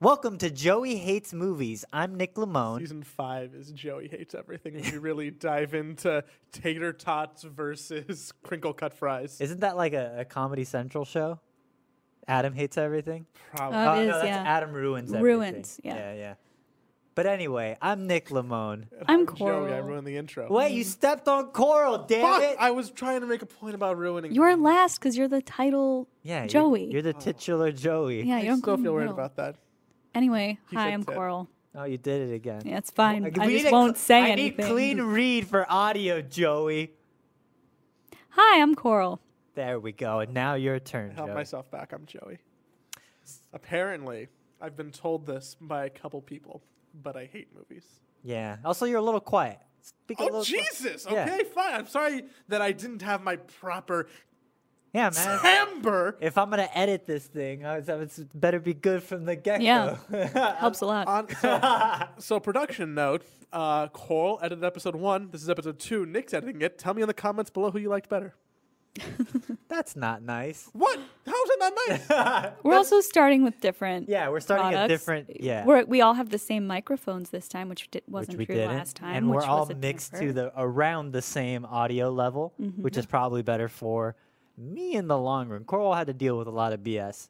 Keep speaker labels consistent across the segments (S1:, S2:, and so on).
S1: Welcome to Joey Hates Movies. I'm Nick Lamone.
S2: Season five is Joey hates everything. We really dive into tater tots versus crinkle cut fries.
S1: Isn't that like a, a Comedy Central show? Adam hates everything.
S2: Probably.
S1: oh
S3: Uh, It
S1: no,
S3: is,
S1: that's
S3: yeah.
S1: Adam ruins everything.
S3: Ruins, yeah.
S1: yeah, yeah. But anyway, I'm Nick Lamone.
S3: I'm
S2: Joey, I
S3: Coral.
S2: ruined the intro.
S1: Wait, you stepped on Coral, damn
S2: Fuck!
S1: it!
S2: I was trying to make a point about ruining.
S3: You're last because you're the title
S1: yeah, you're-
S3: Joey.
S1: You're, the titular Joey.
S3: yeah,
S2: I
S3: you don't
S2: still
S3: go in the
S2: feel weird
S3: middle.
S2: about that.
S3: Anyway,
S2: He
S3: hi,
S2: fixed
S3: I'm
S2: it.
S3: Coral.
S1: Oh, you did it again.
S3: Yeah, it's fine.
S1: Like,
S3: I
S1: we need
S3: just
S1: a
S3: won't
S1: cl-
S3: say
S1: I
S3: anything.
S1: need clean read for audio, Joey.
S3: Hi, I'm Coral.
S1: There we go. And now your turn,
S2: Help
S1: Joey.
S2: myself back. I'm Joey. Apparently, I've been told this by a couple people, but I hate movies.
S1: Yeah. Also, you're a little quiet. Speak a
S2: Oh
S1: little
S2: Jesus!
S1: Yeah.
S2: Okay, fine. I'm sorry that I didn't have my proper
S1: Yeah, man.
S2: timbre.
S1: If I'm gonna edit this thing, I was, I was better be good from the get go.
S3: Yeah.
S2: uh,
S3: Helps a lot.
S2: On, so, so production note, uh, Coral edited episode one. This is episode two. Nick's editing it. Tell me in the comments below who you liked better.
S1: That's not nice.
S2: What? How's it not nice?
S3: We're also starting with different.
S1: Yeah, we're starting a
S3: products. eh,
S1: different. Yeah,
S3: We're, we all have the same microphones this time, which di- wasn't
S1: which we
S3: true
S1: didn't,
S3: last time.
S1: and
S3: which
S1: we're all
S3: was a
S1: mixed to
S3: different-
S1: the around the same audio level,
S3: Mm-hmm.
S1: which is probably better for me in the long run. Coral had to deal with a lot of BS,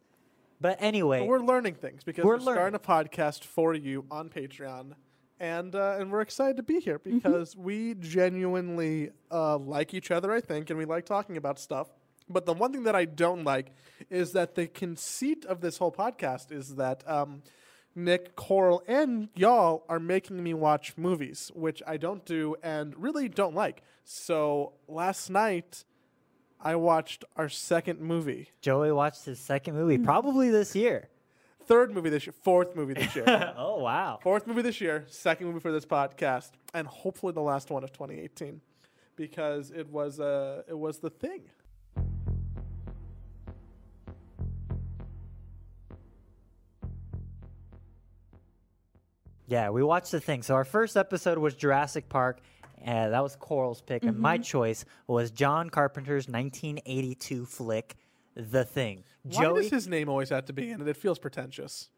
S1: but anyway,
S2: we're learning things because
S1: We're
S2: we're, starting a podcast for you on Patreon, and uh, and we're excited to be here because we genuinely uh, like each other, I think, and we like talking about stuff. But the one thing that I don't like is that the conceit of this whole podcast is that um, Nick, Coral, and y'all are making me watch movies, which I don't do and really don't like. So last night, I watched our second movie.
S1: Joey watched his second movie
S3: Mm.
S1: probably this year.
S2: third movie this year, fourth movie this year,
S1: oh wow!
S2: fourth movie this year, second movie for this podcast, and hopefully the last one of 2018, because it was uh, it was the thing.
S1: Yeah, we watched the thing. So our first episode was Jurassic Park. Uh, that was Coral's pick, and my
S2: Mm-hmm.
S1: choice was John Carpenter's 1982 flick, The Thing.
S2: Why does his name always have to be in it? It feels pretentious.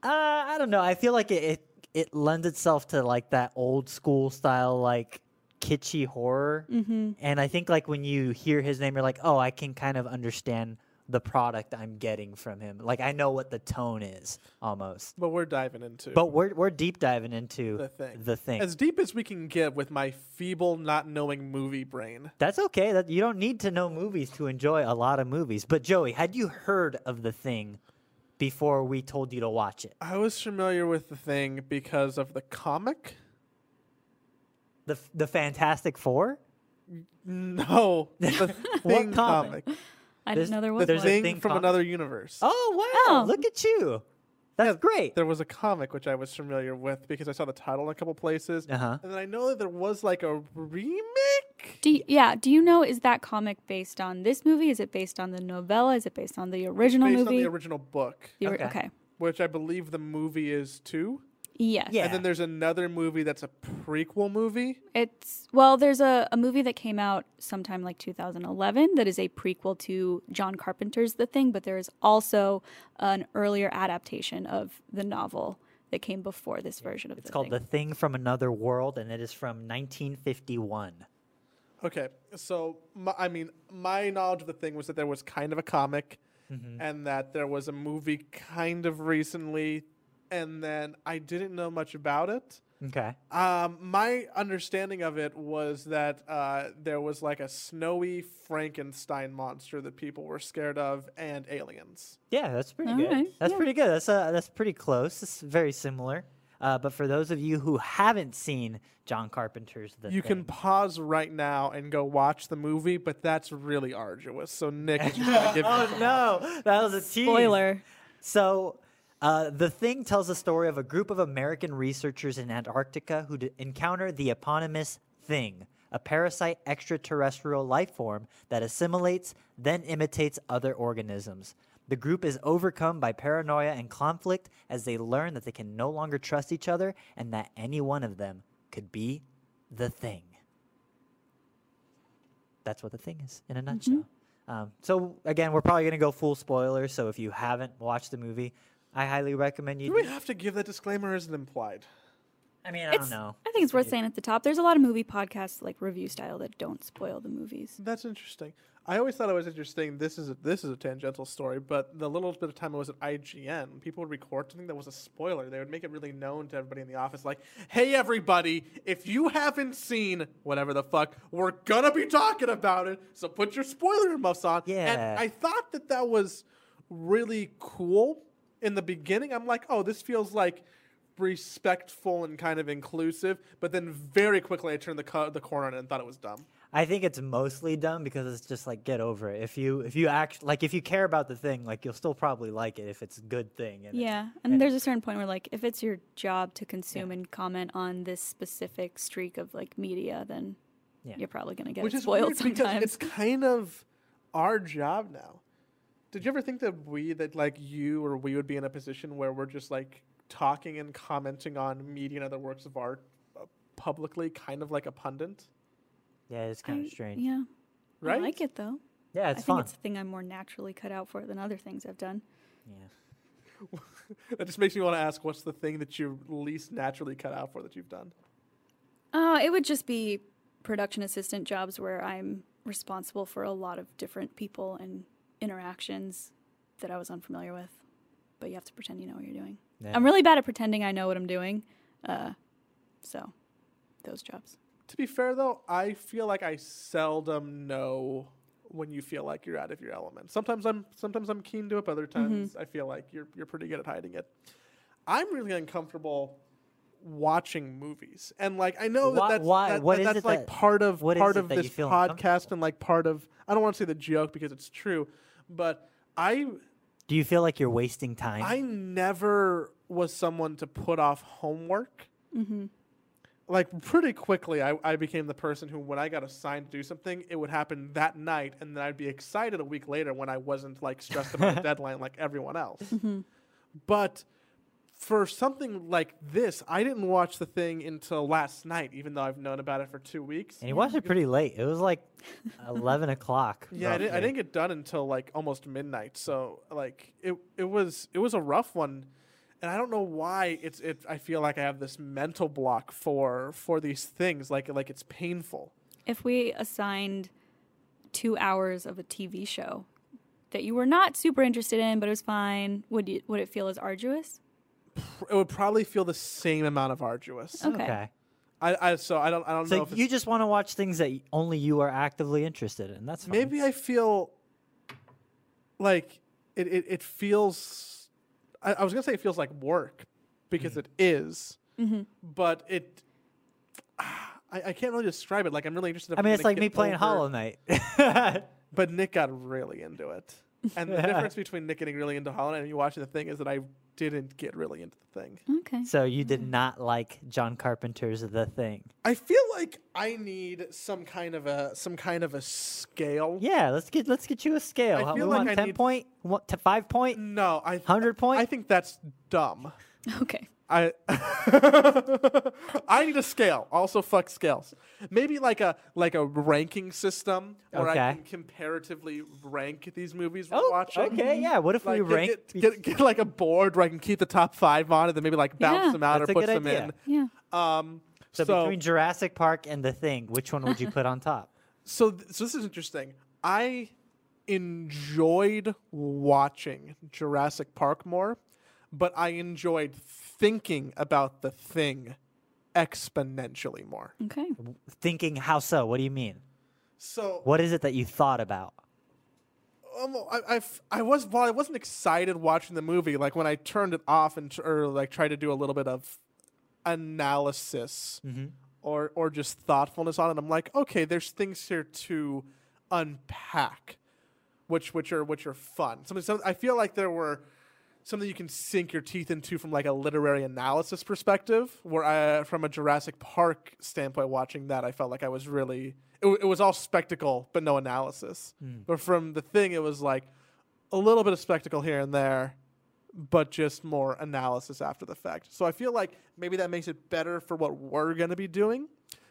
S1: Uh, I don't know. I feel like it, it it lends itself to like that old school style, like kitschy horror. Mm-hmm. And I think like when you hear his name, you're like, oh, I can kind of understand the product I'm getting from him. Like I know what the tone is almost.
S2: But we're diving into
S1: But we're we're deep diving into
S2: the thing.
S1: The thing.
S2: As deep as we can get with my feeble, not knowing movie brain.
S1: That's okay. That you don't need to know movies to enjoy a lot of movies. But Joey, had you heard of The Thing before we told you to watch it?
S2: I was familiar with the thing because of the comic.
S1: The f- the Fantastic Four.
S2: No, the thing
S1: comic?
S2: comic.
S3: I
S1: There's-
S3: didn't know there was
S1: there's
S3: one.
S1: a-
S2: Thing,
S1: Thing
S2: from
S1: comic?
S2: another universe.
S1: Oh wow!
S3: Oh.
S1: Look at you. That's great.
S2: there was a comic which I was familiar with because I saw the title in a couple places,
S1: Uh-huh.
S2: and then I know that there was like a remake.
S3: Do you, yeah, do you know is that comic based on this movie? Is it based on the novella? Is it based on the original
S2: based
S3: movie?
S2: on the original book,
S3: The or-
S1: Okay.
S3: okay.
S2: which I believe the movie is too.
S3: Yes.
S1: Yeah.
S2: And then there's another movie that's a prequel movie.
S3: It's well, there's a, a movie that came out sometime like 2011 that is a prequel to John Carpenter's The Thing, but there is also an earlier adaptation of the novel that came before this version of
S1: It's
S3: the
S1: called
S3: thing.
S1: The Thing from Another World, and it is from 1951.
S2: Okay, so my, I mean, my knowledge of the thing was that there was kind of a comic,
S3: Mm-hmm.
S2: and that there was a movie kind of recently, and then I didn't know much about it.
S1: Okay.
S2: Um, my understanding of it was that uh, there was like a snowy Frankenstein monster that people were scared of, and aliens.
S1: Yeah, that's pretty
S3: All
S1: good.
S3: right,
S1: That's
S3: yeah.
S1: pretty good. That's uh, that's pretty close. It's very similar. Uh, but for those of you who haven't seen John Carpenter's The
S2: You can
S1: Thing,
S2: pause right now and go watch the movie, but that's really arduous. So Nick, is just gonna give you
S1: Oh no, that was a tease.
S3: Spoiler.
S1: So, uh, the thing tells the story of a group of American researchers in Antarctica who d- encounter the eponymous thing, a parasite extraterrestrial life form that assimilates, then imitates other organisms. The group is overcome by paranoia and conflict as they learn that they can no longer trust each other and that any one of them could be the thing. That's what the thing is
S3: Mm-hmm.
S1: in a nutshell. Um, so again, we're probably gonna go full spoiler. So if you haven't watched the movie, I highly recommend you.
S2: Do we have to give that disclaimer? or Is it implied?
S1: I mean, I
S3: It's-
S1: don't know.
S3: I think it's worth saying at the top. There's a lot of movie podcasts like review style that don't spoil the
S1: Mm,
S3: movies.
S2: That's interesting. I always thought it was interesting. This is a, this is a tangential story, but the little bit of time I was at IGN, people would record something that was a spoiler. They would make it really known to everybody in the office, like, "Hey, everybody, if you haven't seen whatever the fuck, we're gonna be talking about it. So put your spoiler muffs on."
S1: Yeah.
S2: And I thought that that was really cool in the beginning. I'm like, "Oh, this feels like." respectful and kind of inclusive but then very quickly i turned the, co- the corner on it and thought it was dumb
S1: I think it's mostly dumb because it's just like get over it. If you if you act like if you care about the thing, like you'll still probably like it if it's a good thing. And it's-
S3: Yeah, and there's a certain point where like if it's your job to consume and comment on this specific streak of like media, then
S1: Yeah.
S3: you're probably gonna get
S2: which
S3: it
S2: is
S3: spoiled
S2: weird because
S3: sometimes.
S2: it's kind of our job now. Did you ever think that we that like you or we would be in a position where we're just like talking and commenting on media and other works of art uh, publicly, kind of like a pundit,
S1: yeah, it's kind
S3: I-
S1: of strange. Yeah,
S3: Yeah,
S2: right?
S3: I like it though.
S1: it's
S3: I think
S1: fun.
S3: it's a thing I'm more naturally cut out for than other things I've done.
S1: yeah.
S2: That just makes me want to ask, what's the thing that you're least naturally cut out for that you've done?
S3: Uh, it would just be production assistant jobs where I'm responsible for a lot of different people and interactions that I was unfamiliar with. But you have to pretend you know what you're doing.
S1: Yeah.
S3: I'm really bad at pretending I know what I'm doing. Uh, so, those jobs.
S2: To be fair though, I feel like I seldom know when you feel like you're out of your element. Sometimes I'm sometimes I'm keen to it, but other
S1: Mm-hmm.
S2: times I feel like you're you're pretty good at hiding it. I'm really uncomfortable watching movies. And like I know
S1: Why-
S2: that that's
S1: why-
S2: that,
S1: what
S2: that
S1: is
S2: that's
S1: it
S2: like
S1: that-
S2: part of
S1: what is
S2: part
S1: it
S2: of
S1: that you
S2: this
S1: feel
S2: podcast and like part of I don't want to say the joke because it's true, but I
S1: Do you feel like you're wasting time?
S2: I never was someone to put off homework. Like pretty quickly, I, I became the person who, when I got assigned to do something, it would happen that night, and then I'd be excited a week later when I wasn't like stressed about the deadline like everyone else. But for something like this, I didn't watch the thing until last night, even though I've known about it for two weeks.
S1: and you watched it pretty late. It was like eleven o'clock.
S2: Yeah, I didn't, I
S1: roughly.
S2: didn't get done until like almost midnight. So like it it was it was a rough one, and I don't know why it's it. I feel like I have this mental block for for these things. Like like it's painful.
S3: If we assigned two hours of a TV show that you were not super interested in, but it was fine, would you, would it feel as arduous?
S2: It would probably feel the same amount of arduous.
S3: Okay.
S1: Okay.
S2: I, I so I don't I don't know
S1: So
S2: if it's,
S1: you just want to watch things that y- only you are actively interested in. That's fine.
S2: maybe I feel like it it, it feels. I, I was gonna say it feels like work because
S1: Mm-hmm.
S2: it is, but it. I, I can't really describe it. Like I'm really interested. in
S1: I mean, it's
S2: gonna
S1: like me
S2: get
S1: playing
S2: over-
S1: Hollow Knight. yeah,
S2: But Nick got really into it. And the difference between Nick getting really into Holland and me watching the thing is that I didn't get really into the thing.
S3: Okay.
S1: So you did not like John Carpenter's The Thing.
S2: I feel like I need some kind of a some kind of a scale.
S1: Yeah, let's get let's get you a scale.
S2: I
S1: How-
S2: feel
S1: we
S2: like
S1: want
S2: I
S1: ten
S2: need-
S1: point, what, to five point.
S2: No, I
S1: 100 point?
S2: I think that's dumb.
S3: Okay.
S2: I I need a scale. Also, fuck scales. Maybe like a like a ranking system where I
S1: Okay.
S2: can comparatively rank these movies we're
S1: Oh,
S2: watching.
S1: okay, yeah. What if we
S2: Like, get-
S1: rank?
S2: get, get, get like a board where I can keep the top five on and then maybe like bounce
S3: Yeah.
S2: them out or
S1: That's a
S2: put
S1: good
S2: them
S1: idea.
S3: Yeah.
S2: in. Um,
S1: so,
S2: so so,
S1: between Jurassic Park and The Thing, which one would you put on top?
S2: th- so this is interesting. I enjoyed watching Jurassic Park more, but I enjoyed thinking about the thing exponentially more.
S3: Okay.
S1: Thinking how so? What do you mean?
S2: So
S1: What is it that you thought about?
S2: um, I, I f- I was while I wasn't excited watching the movie, like when I turned it off and tr- or like tried to do a little bit of analysis or or just thoughtfulness on it, I'm like, okay, there's things here to unpack, which which are which are fun. Something some, I feel like there were something you can sink your teeth into from like a literary analysis perspective where I, from a jurassic park standpoint watching that i felt like i was really it, w- it was all spectacle but no analysis but from the thing it was like a little bit of spectacle here and there but just more analysis after the fact so i feel like maybe that makes it better for what we're going to be doing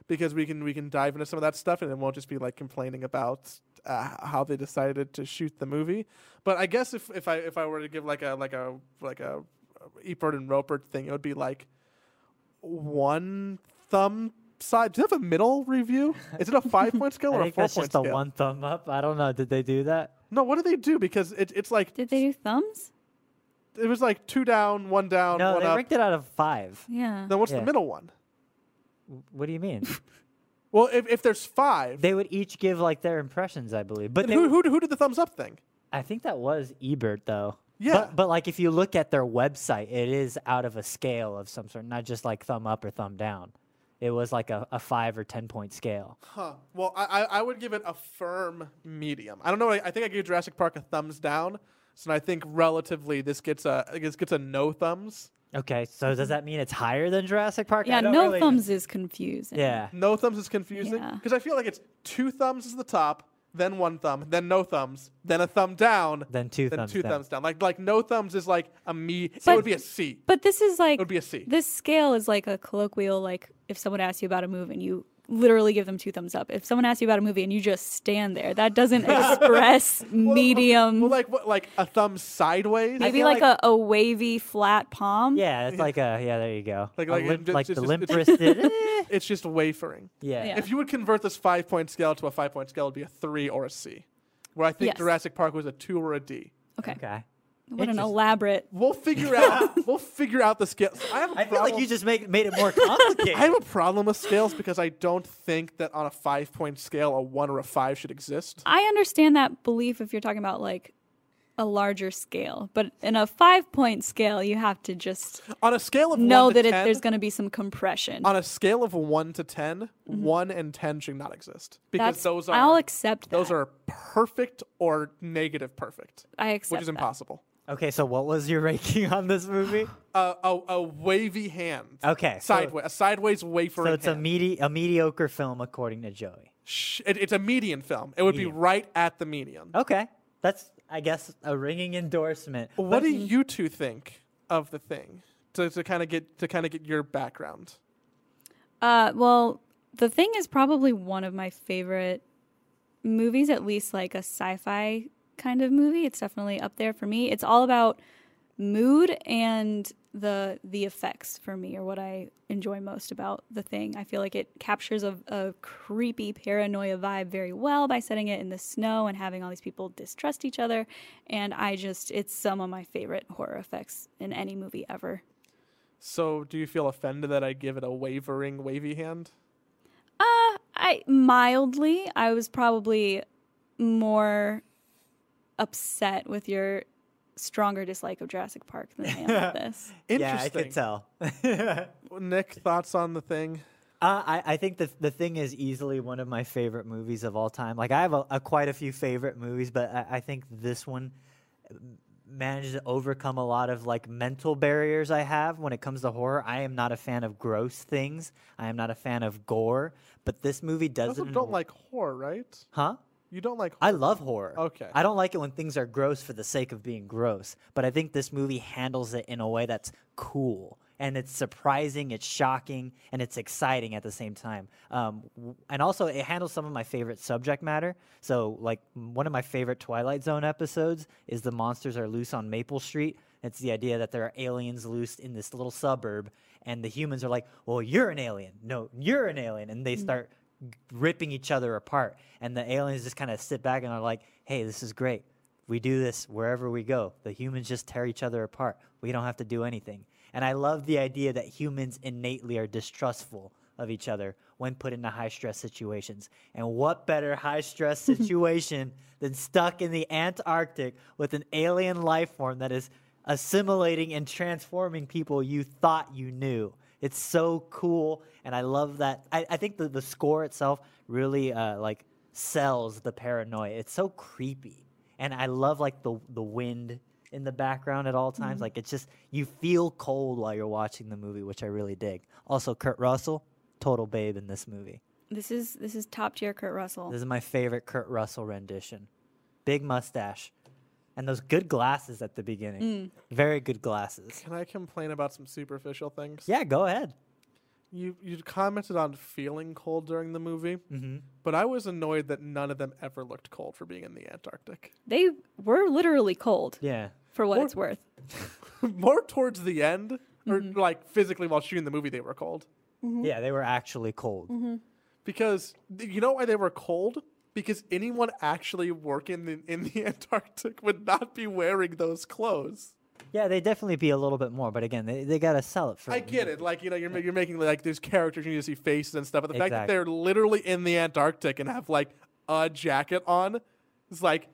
S2: because we can we can dive into some of that stuff and it won't just be like complaining about uh, how they decided to shoot the movie. But I guess if, if I if I were to give like a like a like a Ebert and Roper thing, it would be like one thumb side. Do you have a middle review? Is it a five point scale
S1: I
S2: or a
S1: think
S2: four
S1: that's
S2: point
S1: just a
S2: scale?
S1: one thumb up. I don't know. Did they do that?
S2: No, what do they do? Because it, it's like
S3: Did they do thumbs?
S2: it was like two down, one down,
S1: No,
S2: one
S1: they
S2: up.
S1: ranked it out of five.
S3: Yeah.
S2: Then what's
S1: Yeah.
S2: the middle one?
S1: What do you mean?
S2: Well, if, if there's five,
S1: they would each give like their impressions, I believe. But
S2: then
S1: they,
S2: who, who who did the thumbs up thing?
S1: I think that was Ebert though.
S2: Yeah.
S1: But, but like if you look at their website, it is out of a scale of some sort, not just like thumb up or thumb down. It was like a, a five or ten point scale.
S2: Huh. Well, I, I I would give it a firm medium. I don't know. I, I think I gave Jurassic Park a thumbs down. So I think relatively this gets a this gets a no thumbs.
S1: Okay, so does that mean it's higher than Jurassic Park? I
S3: Yeah,
S1: don't
S3: no
S1: really-
S3: thumbs is confusing.
S1: Yeah.
S2: No thumbs is confusing
S3: Yeah.
S2: because I feel like it's two thumbs is the top, then one thumb, then no thumbs, then a thumb down,
S1: Then two
S2: then
S1: thumbs
S2: two
S1: down.
S2: thumbs down. Like like no thumbs is like a me. it
S3: But-
S2: would be a C.
S3: But this is like
S2: It would be a C.
S3: this scale is like a colloquial like if someone asks you about a movie and you literally give them two thumbs up. If someone asks you about a movie and you just stand there, that doesn't express medium.
S2: Well, like what? Like a thumb sideways.
S3: maybe
S1: feel
S3: like,
S1: like-
S3: a, a wavy flat palm.
S1: Yeah, it's like a yeah. There you go.
S2: Like-
S1: Like like,
S2: like it-
S1: limp,
S2: it's
S1: like
S2: just-
S1: the
S2: it's-
S1: limp
S2: it's-
S1: wristed.
S2: It's just wafering.
S1: yeah.
S3: Yeah.
S2: If you would convert this five point scale to a five point scale, it'd be a three or a C. Where I think
S3: Yes.
S2: Jurassic Park was a two or a D.
S3: Okay.
S1: Okay.
S3: What an
S1: Interesting.
S3: elaborate.
S2: We'll figure out. we'll figure out the scale. I have a
S1: I feel
S2: problem.
S1: like you just make, made it more complicated.
S2: I have a problem with scales because I don't think that on a five point scale, a one or a five should exist.
S3: I understand that belief if you're talking about like a larger scale, but in a five point scale, you have to just
S2: On a scale of
S3: know
S2: one to
S3: that it,
S2: 10,
S3: there's going to be some compression.
S2: on a scale of one to 10 one and ten should not exist because
S3: Mm-hmm. That's,
S2: those are
S3: I'll accept that.
S2: those are perfect or negative perfect,
S3: I accept
S2: which is
S3: that.
S2: impossible.
S1: okay, so what was your ranking on this movie?
S2: A, a, a wavy hand.
S1: Okay, so-
S2: Sideways. a sideways wavering
S1: so it's a
S2: hand.
S1: medi- a mediocre film according to Joey.
S2: Sh- it, it's a median film. It would be right at the median.
S1: Okay, that's I guess a ringing endorsement.
S2: What do you two think of the thing? To, to kind of get to kind of get your background.
S3: Uh, well, the thing is probably one of my favorite movies, at least like a sci-fi kind of movie. It's definitely up there for me. It's all about mood and the the effects for me are what I enjoy most about the thing. I feel like it captures a, a creepy paranoia vibe very well by setting it in the snow and having all these people distrust each other. And I just it's some of my favorite horror effects in any movie ever.
S2: So, do you feel offended that I give it a wavering, wavy hand?
S3: Uh, I mildly. I was probably more upset with your stronger dislike of Jurassic Park than I am with this.
S1: Yeah, I could
S2: Interesting.
S1: tell. uh,
S2: Nick, thoughts on the thing?
S1: I, I think the the thing is easily one of my favorite movies of all time. Like I have a, a quite a few favorite movies, but I, I think this one managed to overcome a lot of like mental barriers I have when it comes to horror. I am not a fan of gross things. I am not a fan of gore, but this movie
S2: You
S1: does
S2: also
S1: it. in a
S2: don't
S1: w-
S2: like horror, right?
S1: huh?
S2: You don't like.
S1: I love horror.
S2: Okay.
S1: I don't like it when things are gross for the sake of being gross, but I think this movie handles it in a way that's cool. And it's surprising, it's shocking, and it's exciting at the same time. Um, w- and also, it handles some of my favorite subject matter. So, like, m- one of my favorite Twilight Zone episodes is The Monsters Are Loose on Maple Street. It's the idea that there are aliens loose in this little suburb, and the humans are like, well, you're an alien. No, you're an alien. And they start g- ripping each other apart. And the aliens just kind of sit back and are like, hey, this is great. We do this wherever we go. The humans just tear each other apart. We don't have to do anything. And I love the idea that humans innately are distrustful of each other when put into high stress situations. And what better high stress situation than stuck in the Antarctic with an alien life form that is assimilating and transforming people you thought you knew. It's so cool, and I love that. I, I think the, the score itself really uh, like sells the paranoia. It's so creepy, and I love like the the wind in the background at all times. Like it's just you feel cold while you're watching the movie, which I really dig. Also, Kurt Russell, total babe in this movie.
S3: This is this is top tier Kurt Russell.
S1: This is my favorite Kurt Russell rendition. Big mustache, and those good glasses at the beginning. Very good glasses.
S2: Can I complain about some superficial things?
S1: Yeah, go ahead.
S2: you you commented on feeling cold during the movie,
S1: Mhm.
S2: but I was annoyed that none of them ever looked cold for being in the Antarctic.
S3: They were literally cold
S1: Yeah.
S3: for what
S2: Or-
S3: it's worth.
S2: More towards the end, or like physically while shooting the movie, they were cold
S1: Yeah, they were actually cold.
S2: because you know why they were cold. Because anyone actually working in, in the Antarctic would not be wearing those clothes.
S1: Yeah, they definitely be a little bit more, but again, they, they gotta sell it for.
S2: I get it. Like you know, you're ma- you're making like there's characters you need to see faces and stuff, but the fact that
S1: Exactly.
S2: they're literally in the Antarctic and have like a jacket on, it's like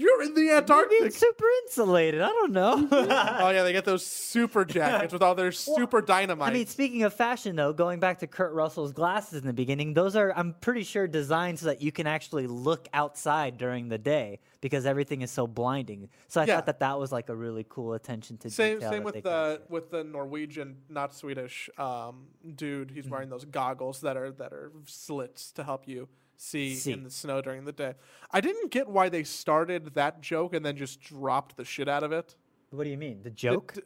S2: you're in the
S1: Maybe
S2: Antarctic.
S1: it's super insulated. I don't know.
S2: oh yeah, they get those super jackets with all their super dynamite.
S1: I mean, speaking of fashion, though, going back to Kurt Russell's glasses in the beginning, those are, I'm pretty sure, designed so that you can actually look outside during the day because everything is so blinding. So I
S2: Yeah.
S1: thought that that was like a really cool attention to
S2: same
S1: detail.
S2: same
S1: that they
S2: with
S1: got
S2: the with the Norwegian, not Swedish, um, dude.
S1: Mm-hmm.
S2: He's wearing those goggles that are that are slits to help you see,
S1: See.
S2: in the snow during the day. I didn't get why they started that joke and then just dropped the shit out of it.
S1: there. What do you mean? The joke?
S2: d-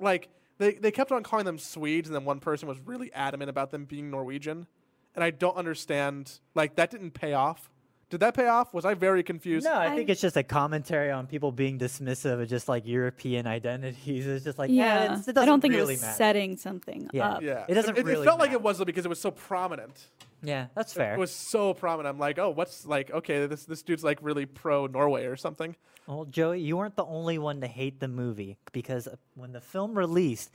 S2: like they, they kept on calling them Swedes, and then one person was really adamant about them being Norwegian, and I don't understand. Like that didn't pay off. Did that pay off? Was I very confused?
S1: no, I think
S3: I-
S1: it's just a commentary on people being dismissive of just like European identities. It's just like, yeah,
S3: Yeah,
S1: it's, it
S3: I
S1: doesn't
S3: don't think
S1: really
S3: it was
S1: matter.
S3: setting something
S1: Yeah.
S3: up.
S2: Yeah,
S1: It doesn't
S2: It,
S1: really
S2: felt like
S1: matter.
S2: it was though, because it was so prominent.
S1: Yeah, that's fair.
S2: It was so prominent. I'm like, oh, what's like? Okay, this this dude's like really pro Norway or something.
S1: Well, Joey, you weren't the only one to hate the movie because uh, when the film released,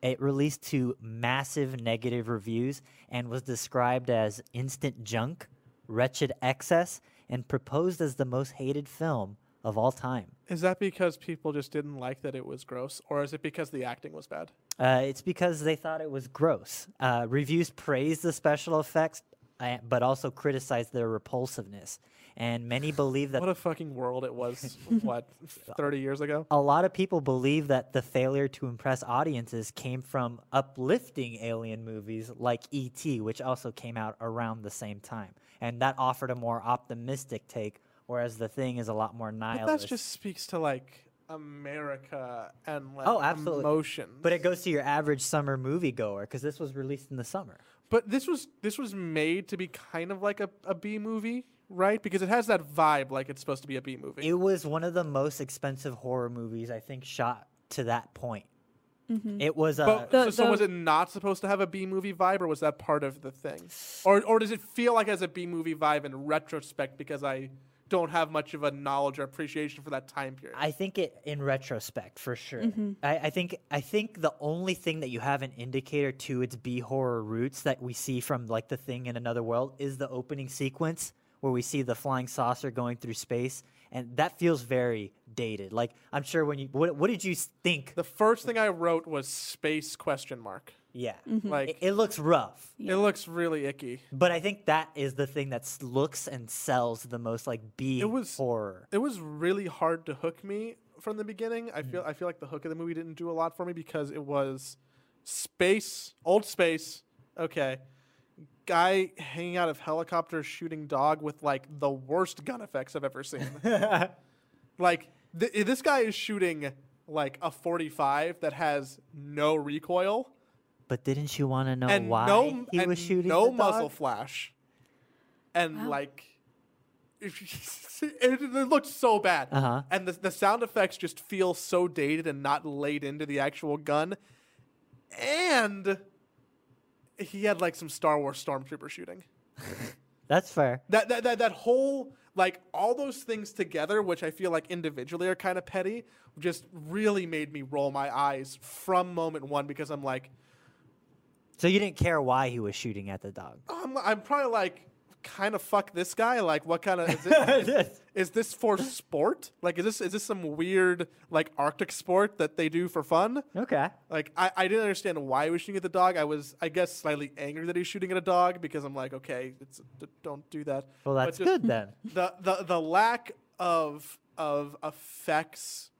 S1: it released to massive negative reviews and was described as instant junk, wretched excess, and proposed as the most hated film of all time.
S2: Is that because people just didn't like that it was gross, or is it because the acting was bad?
S1: Uh, it's because they thought it was gross. Uh, reviews praised the special effects, uh, but also criticized their repulsiveness. And many believe that
S2: What a fucking world it was. what, 30 years ago?
S1: a lot of people believe that the failure to impress audiences came from uplifting alien movies like E.T., which also came out around the same time. And that offered a more optimistic take, whereas The Thing is a lot more
S2: But
S1: nihilist.
S2: that just speaks to like America and like
S1: Oh, absolutely.
S2: emotion.
S1: But it goes to your average summer moviegoer because this was released in the summer.
S2: but this was this was made to be kind of like a, a B movie, right? Because it has that vibe like it's supposed to be a B movie.
S1: It was one of the most expensive horror movies I think shot to that point. It was uh,
S2: but,
S3: The-
S2: so, so
S3: the-
S2: was it not supposed to have a B movie vibe, or was that part of the thing, or or does it feel like it has a B movie vibe in retrospect because I don't have much of a knowledge or appreciation for that time period?
S1: I think it in retrospect for sure. I, I think I think the only thing that you have an indicator to its B horror roots that we see from like the thing in another world is the opening sequence where we see the flying saucer going through space, and that feels very dated. Like I'm sure when you what, what did you s- think?
S2: the first thing I wrote was space question mark.
S1: Yeah,
S2: Like
S1: Hmm. it, it looks rough,
S2: it looks really icky.
S1: but I think that is the thing that s- looks and sells the most like B
S2: was-
S1: horror.
S2: it was really hard to hook me from the beginning. I feel I feel like the hook of the movie didn't do a lot for me because it was space, old space. Okay. Guy hanging out of helicopter shooting dog with like the worst gun effects I've ever seen. like th- this guy is shooting like a 45 that has no recoil
S1: But didn't you want to know
S2: and
S1: Oh, why
S2: no
S1: he
S2: and
S1: was shooting
S2: no
S1: the dog?
S2: muzzle flash, and like it, it looked so bad.
S1: Uh-huh.
S2: And the the sound effects just feel so dated and not laid into the actual gun. And he had like some Star Wars stormtrooper shooting.
S1: That's fair.
S2: That that that, that whole like all those things together, which I feel like individually are kind of petty, just really made me roll my eyes from moment one because I'm like,
S1: So you didn't care why he was shooting at the dog.
S2: I'm, I'm probably like kind of fuck this guy. Like, what kind of is, it, is, is this for sport? Like, is this is this some weird like Arctic sport that they do for fun?
S1: Okay.
S2: Like, I, I didn't understand why he was shooting at the dog. I was I guess slightly angry that he's shooting at a dog because I'm like, okay, it's, d- don't do that.
S1: Well,
S2: But
S1: that's
S2: just
S1: good then.
S2: The the the lack of of effects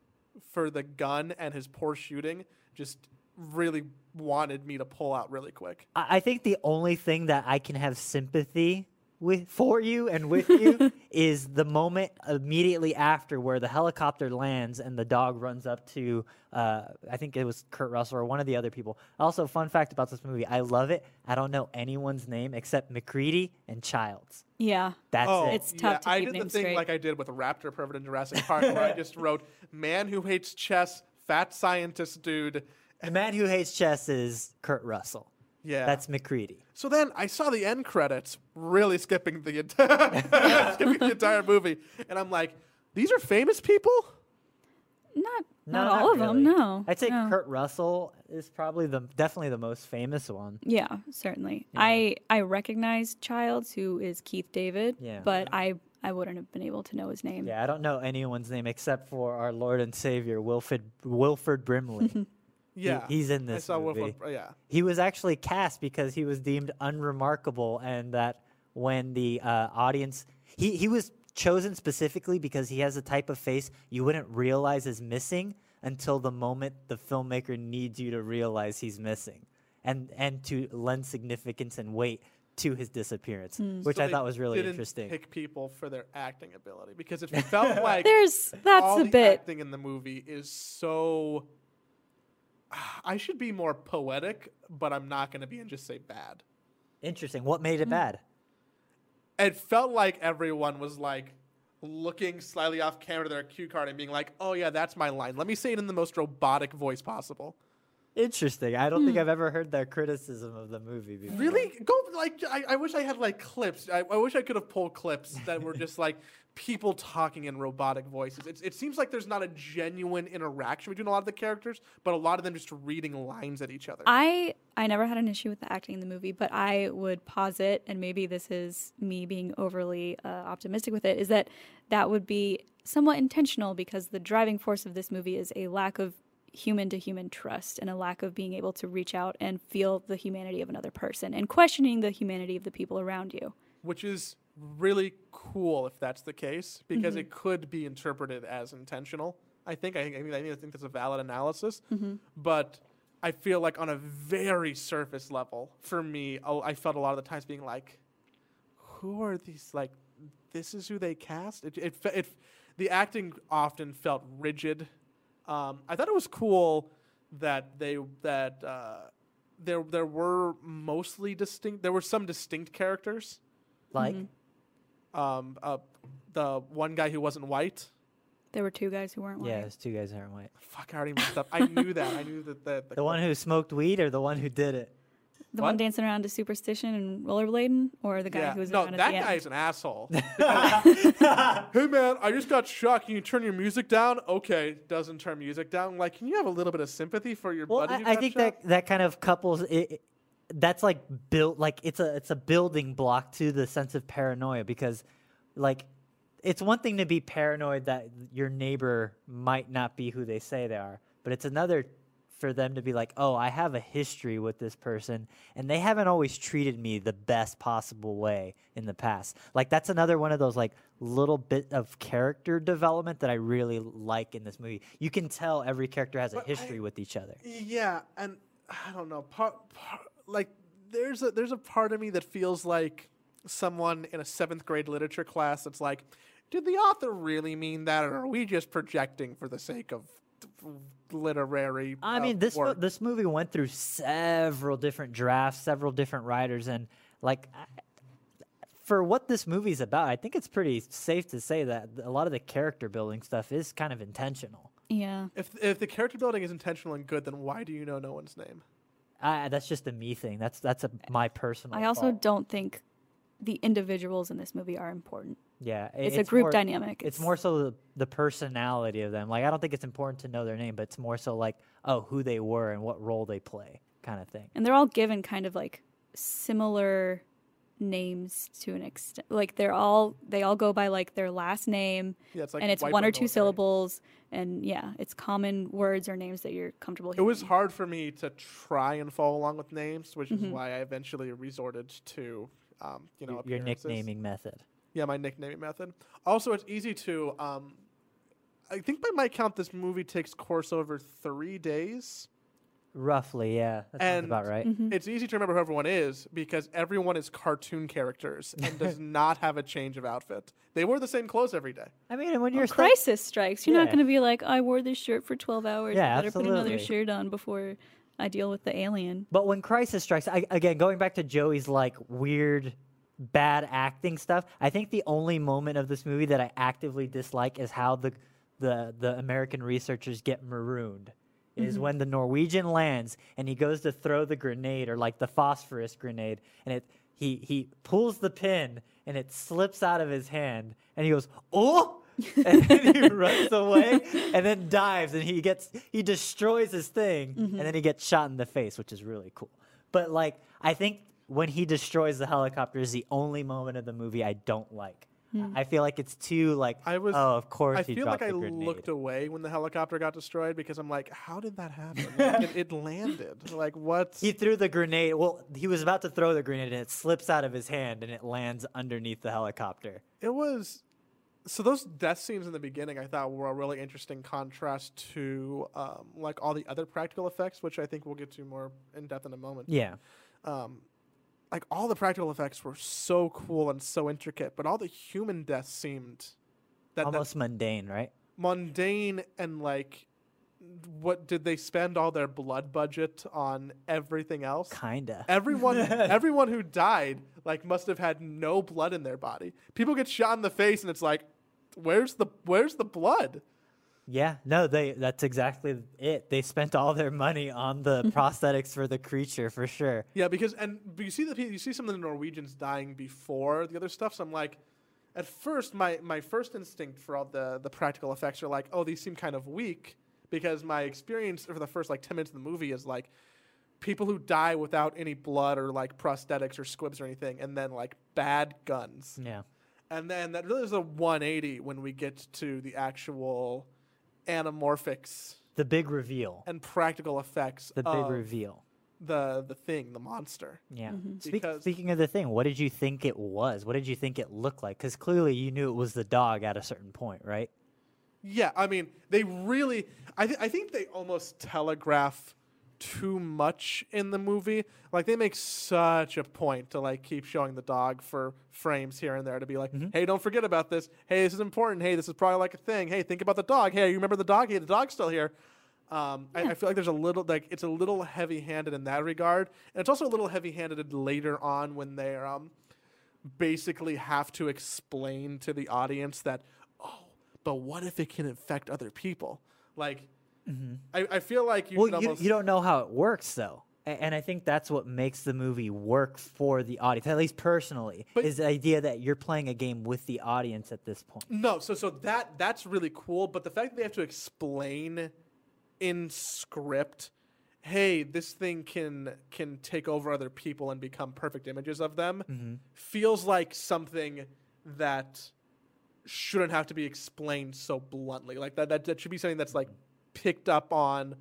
S2: for the gun and his poor shooting just really wanted me to pull out really quick.
S1: I, I think the only thing that I can have sympathy with for you and with you is the moment immediately after where the helicopter lands and the dog runs up to uh, I think it was Kurt Russell or one of the other people. Also, fun fact about this movie, I love it. I don't know anyone's name except McCready and Childs.
S3: Yeah.
S1: That's
S2: oh,
S1: it.
S3: It's tough
S2: yeah,
S3: to
S2: I
S3: keep
S2: did the
S3: names
S2: thing
S3: straight.
S2: like I did with Raptor Pervert in Jurassic Park, where I just wrote "Man who hates chess, fat scientist dude."
S1: The man who hates chess is Kurt Russell.
S2: Yeah,
S1: That's McCready.
S2: So then I saw the end credits, really skipping the entire skipping the entire movie, and I'm like, these are famous people.
S3: Not
S1: No,
S3: not all of them.
S1: really.
S3: No.
S1: I'd say
S3: no.
S1: Kurt Russell is probably the definitely the most famous one.
S3: Yeah, certainly. I I recognize Childs, who is Keith David.
S1: Yeah.
S3: But I I wouldn't have been able to know his name.
S1: Yeah, I don't know anyone's name except for our Lord and Savior Wilfred Wilfred Brimley.
S2: Yeah,
S1: he's in
S2: I
S1: this
S2: saw Wolf
S1: movie.
S2: of- yeah,
S1: he was actually cast because he was deemed unremarkable, and that when the uh, audience he he was chosen specifically because he has a type of face you wouldn't realize is missing until the moment the filmmaker needs you to realize he's missing, and and to lend significance and weight to his disappearance, which
S2: So
S1: I
S2: they
S1: thought was really
S2: didn't
S1: interesting.
S2: Pick people for their acting ability because it felt like
S3: There's that's
S2: all
S3: a
S2: the
S3: bit.
S2: acting in the movie is so. I should be more poetic, but I'm not going to be and just say bad.
S1: Interesting. What made it bad?
S2: it felt like everyone was like looking slightly off camera to their cue card and being like, "Oh yeah, that's my line. Let me say it in the most robotic voice possible."
S1: Interesting. I don't think I've ever heard that criticism of the movie before.
S2: Really? Go like I, I wish I had like clips. I, I wish I could have pulled clips that were just like people talking in robotic voices. It's, it seems like there's not a genuine interaction between a lot of the characters, but a lot of them just reading lines at each other.
S3: I I never had an issue with the acting in the movie, but I would posit, and maybe this is me being overly uh, optimistic with it, is that that would be somewhat intentional because the driving force of this movie is a lack of human to human trust and a lack of being able to reach out and feel the humanity of another person and questioning the humanity of the people around you.
S2: which is really cool if that's the case because it could be interpreted as intentional. I think I, think- I mean I think that's a valid analysis, but I feel like on a very surface level, for me, I I felt a lot of the times being like, "Who are these? Like, this is who they cast." It, it, fe- it the acting often felt rigid. Um, I thought it was cool that they that uh, there there were mostly distinct. There were some distinct characters
S1: Like
S2: um, uh, the one guy who wasn't white.
S3: There were two guys who weren't white.
S1: Yeah, there's two guys that aren't white.
S2: Fuck, I already messed up. I knew that. I knew that the,
S1: The one who smoked weed or the one who did it?
S3: The
S2: What?
S3: one dancing around to Superstition and rollerblading, or the guy
S2: yeah.
S3: who was
S2: no,
S3: around
S2: that
S3: at the
S2: guy
S3: end.
S2: is an asshole. hey man, I just got shot. Can you turn your music down? Okay, doesn't turn music down. Like, can you have a little bit of sympathy for your
S1: Well,
S2: buddy? who
S1: I, I
S2: got
S1: think
S2: shot?
S1: that that kind of couples it, it- That's like built like it's a it's a building block to the sense of paranoia because, like, it's one thing to be paranoid that your neighbor might not be who they say they are, but it's another for them to be like, oh, I have a history with this person, and they haven't always treated me the best possible way in the past. Like that's another one of those like little bit of character development that I really like in this movie. You can tell every character has a
S2: But I-
S1: history with each other.
S2: Yeah, and I don't know. Part, part, like there's a there's a part of me that feels like someone in a seventh grade literature class that's like, did the author really mean that, or are we just projecting for the sake of literary?
S1: I
S2: uh,
S1: mean, this mo-
S2: work?
S1: this movie went through several different drafts, several different writers, and like I, for what this movie's about, I think it's pretty safe to say that a lot of the character building stuff is kind of intentional.
S3: Yeah.
S2: if if the character building is intentional and good, then why do you know no one's name?
S1: I, that's just a me thing. That's that's a my personal.
S3: I also
S1: fault.
S3: don't think the individuals in this movie are important.
S1: yeah. i-
S3: It's, a group
S1: more-
S3: dynamic.
S1: It's more so the, the personality of them. Like I don't think it's important to know their name, but it's more so like oh who they were and what role they play kind of thing.
S3: and they're all given kind of like similar names to an extent. Like they're all they all go by like their last name,
S2: Yeah, it's like
S3: and it's
S2: white
S3: one
S2: boy
S3: or two
S2: military.
S3: syllables, and yeah, it's common words or names that you're comfortable.
S2: It was
S3: hearing.
S2: hard for me to try and follow along with names, which
S3: Mm-hmm.
S2: is why I eventually resorted to, um, you know,
S1: Your
S2: appearances.
S1: nicknaming method.
S2: Yeah, my nicknaming method. Also, it's easy to. Um, I think by my count, this movie takes course over three days.
S1: Roughly, yeah. That sounds
S2: And-
S1: about right.
S3: Mm.
S2: It's easy to remember who everyone is because everyone is cartoon characters and does not have a change of outfit. They wear the same clothes every day.
S1: I mean, and when you're
S3: Well,
S1: stu-
S3: crisis strikes. You're not
S1: Yeah.
S3: going to be like, I wore this shirt for 12 hours.
S1: Yeah,
S3: I better put another
S1: absolutely.
S3: shirt on before I deal with the alien.
S1: But when crisis strikes, I, again, going back to Joey's like weird, bad acting stuff. I think the only moment of this movie that I actively dislike is how the the the American researchers get marooned. Is when the Norwegian lands and he goes to throw the grenade or like the phosphorus grenade, and it he he pulls the pin and it slips out of his hand, and he goes oh. and then he runs away and then dives and he gets he destroys his thing and then he gets shot in the face which is really cool but like i think when he destroys the helicopter is the only moment of the movie i don't like i feel like it's too like
S2: I was.
S1: oh of course
S2: I
S1: he
S2: feel
S1: dropped
S2: like I
S1: the grenade.
S2: looked away when the helicopter got destroyed because I'm like, how did that happen? Like, it, it landed. Like what?
S1: he threw the grenade well he was about to throw the grenade and it slips out of his hand and it lands underneath the helicopter
S2: It was. So those death scenes in the beginning, I thought were a really interesting contrast to um, like all the other practical effects, which I think we'll get to more in depth in a moment.
S1: yeah
S2: um, like all the practical effects were so cool and so intricate, but all the human deaths seemed that, that
S1: almost mundane right
S2: mundane and like what did they spend all their blood budget on everything else?
S1: kinda
S2: Everyone, everyone who died like must have had no blood in their body. People get shot in the face, and it's like, where's the where's the blood?
S1: Yeah, no, they that's exactly it. They spent all their money on the prosthetics for the creature for sure.
S2: Yeah, because and but you see the pe- you see some of the Norwegians dying before the other stuff. So I'm like, at first my my first instinct for all the the practical effects are like, oh, these seem kind of weak because my experience for the first like ten minutes of the movie is like people who die without any blood or like prosthetics or squibs or anything, and then like bad guns,
S1: Yeah.
S2: and then that really is a 180 when we get to the actual anamorphics
S1: The big reveal.
S2: and practical effects
S1: The big
S3: Oh.
S2: of
S1: reveal.
S2: the the thing, the monster.
S1: Yeah.
S3: Mm-hmm.
S1: Speak,
S2: Because-
S1: speaking of the thing, what did you think it was? What did you think it looked like? Because clearly you knew it was the dog at a certain point, right?
S2: Yeah, I mean, they really. I th- I think they almost telegraph too much in the movie. Like they make such a point to like keep showing the dog for frames here and there to be like,
S1: Mm-hmm.
S2: hey, don't forget about this. Hey, this is important. Hey, this is probably like a thing. Hey, think about the dog. Hey, you remember the dog? Hey, the dog's still here. Um, I, I feel like there's a little like it's a little heavy-handed in that regard, and it's also a little heavy-handed later on when they're um, basically have to explain to the audience that, oh, but what if it can infect other people? Like, I, I feel like you
S1: Mm-hmm.
S2: should
S1: well, you,
S2: almost
S1: you don't know how it works though. A- And I think that's what makes the movie work for the audience, at least personally,
S2: But-
S1: is the idea that you're playing a game with the audience at this point.
S2: no. So so that that's really cool, but the fact that they have to explain in script, hey, this thing can can take over other people and become perfect images of them, feels like something that shouldn't have to be explained so bluntly. Like that, that that should be something that's like picked up on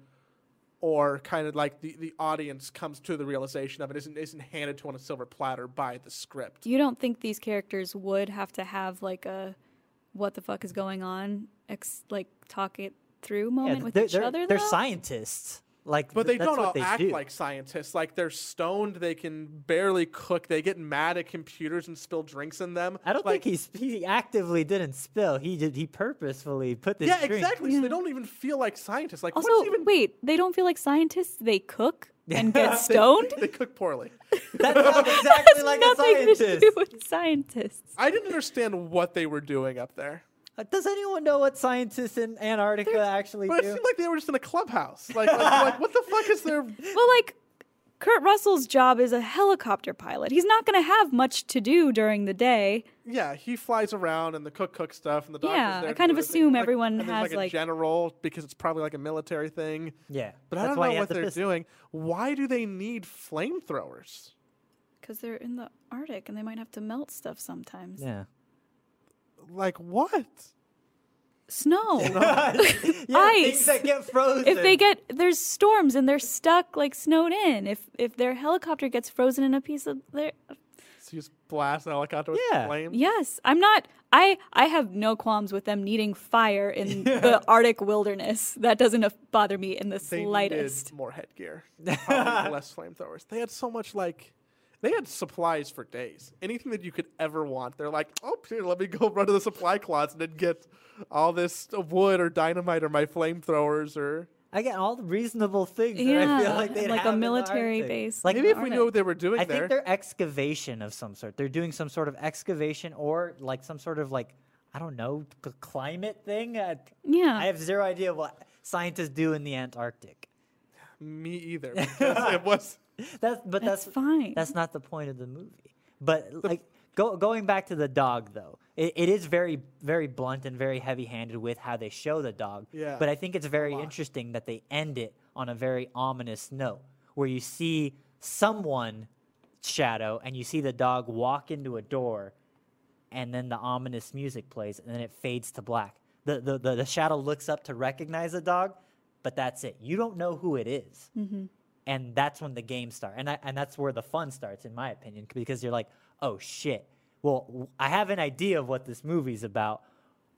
S2: or kind of like the, the audience comes to the realization of it isn't isn't handed to on a silver platter by the script.
S3: You don't think these characters would have to have like a what the fuck is going on, ex- like talk it through moment with
S1: they're,
S3: each
S1: they're-
S3: other?
S1: they're
S3: though?
S1: scientists. Like, th-
S2: But they
S1: that's
S2: don't
S1: what
S2: all
S1: they
S2: act
S1: do.
S2: like scientists. Like they're stoned, they can barely cook, they get mad at computers and spill drinks in them.
S1: I don't
S2: like,
S1: think he's, he actively didn't spill. He did. He purposefully put this.
S2: Yeah,
S1: drink-
S2: exactly. So they don't even feel like scientists. Like
S3: Also,
S2: what's even
S3: wait, they don't feel like scientists. They cook and get stoned.
S2: they cook poorly.
S1: That sounds exactly like a
S3: Nothing to
S1: scientist.
S3: do with scientists.
S2: I didn't understand what they were doing up there.
S1: Uh, Does anyone know what scientists in Antarctica actually
S2: But it
S1: do?
S2: seemed like they were just in a clubhouse. Like, like, like what the fuck is their
S3: Well, like Kurt Russell's job is a helicopter pilot. He's not going to have much to do during the day.
S2: Yeah, he flies around and the cook cooks stuff and the doctor's
S3: Yeah,
S2: there
S3: I
S2: to
S3: kind
S2: do
S3: of
S2: his thing.
S3: assume
S2: Like-
S3: everyone
S2: and there's,
S3: has,
S2: like, a
S3: like-
S2: general because it's probably like a military thing.
S1: yeah,
S2: But I
S1: that's
S2: don't
S1: why
S2: know
S1: you have
S2: what
S1: to
S2: they're
S1: piss-
S2: doing. Why do they need flamethrowers?
S3: Because they're in the Arctic and they might have to melt stuff sometimes.
S1: Yeah.
S2: Like what?
S3: Snow.
S1: yeah,
S3: Ice.
S1: things that get frozen.
S3: if they get there's storms and they're stuck like snowed in. If if their helicopter gets frozen in a piece of their
S2: He just blasts Elakato with
S1: Yeah.
S2: flames.
S3: Yes, I'm not. I I have no qualms with them needing fire in the Arctic wilderness. That doesn't af- bother me in the
S2: They
S3: slightest.
S2: needed more headgear, probably less flamethrowers. They had so much like. They had supplies for days. Anything that you could ever want. They're like, oh, here, let me go run to the supply closet and get all this wood or dynamite or my flamethrowers or
S1: I get all the reasonable things. that I feel
S3: Yeah,
S1: like they'd
S3: like a
S1: have in the
S3: military
S1: Arctic.
S3: base.
S1: Like
S2: Maybe if we
S3: Alright.
S2: knew what they were doing
S1: I
S2: there.
S1: think they're excavation of some sort. They're doing some sort of excavation or like some sort of like I don't know c- climate thing. I,
S3: Yeah.
S1: I have zero idea what scientists do in the Antarctic.
S2: Me either. Because it was
S1: That's but that's,
S3: That's fine.
S1: That's not the point of the movie. But like go, going back to the dog though, it, it is very very blunt and very heavy handed with how they show the dog.
S2: Yeah,
S1: But I think it's very
S2: lot.
S1: interesting that they end it on a very ominous note where you see someone shadow and you see the dog walk into a door and then the ominous music plays and then it fades to black. The the, the, the shadow looks up to recognize the dog, but that's it. You don't know who it is. And that's when the game starts. And I, and that's where the fun starts, in my opinion, c- because you're like, oh shit. Well, w- I have an idea of what this movie's about.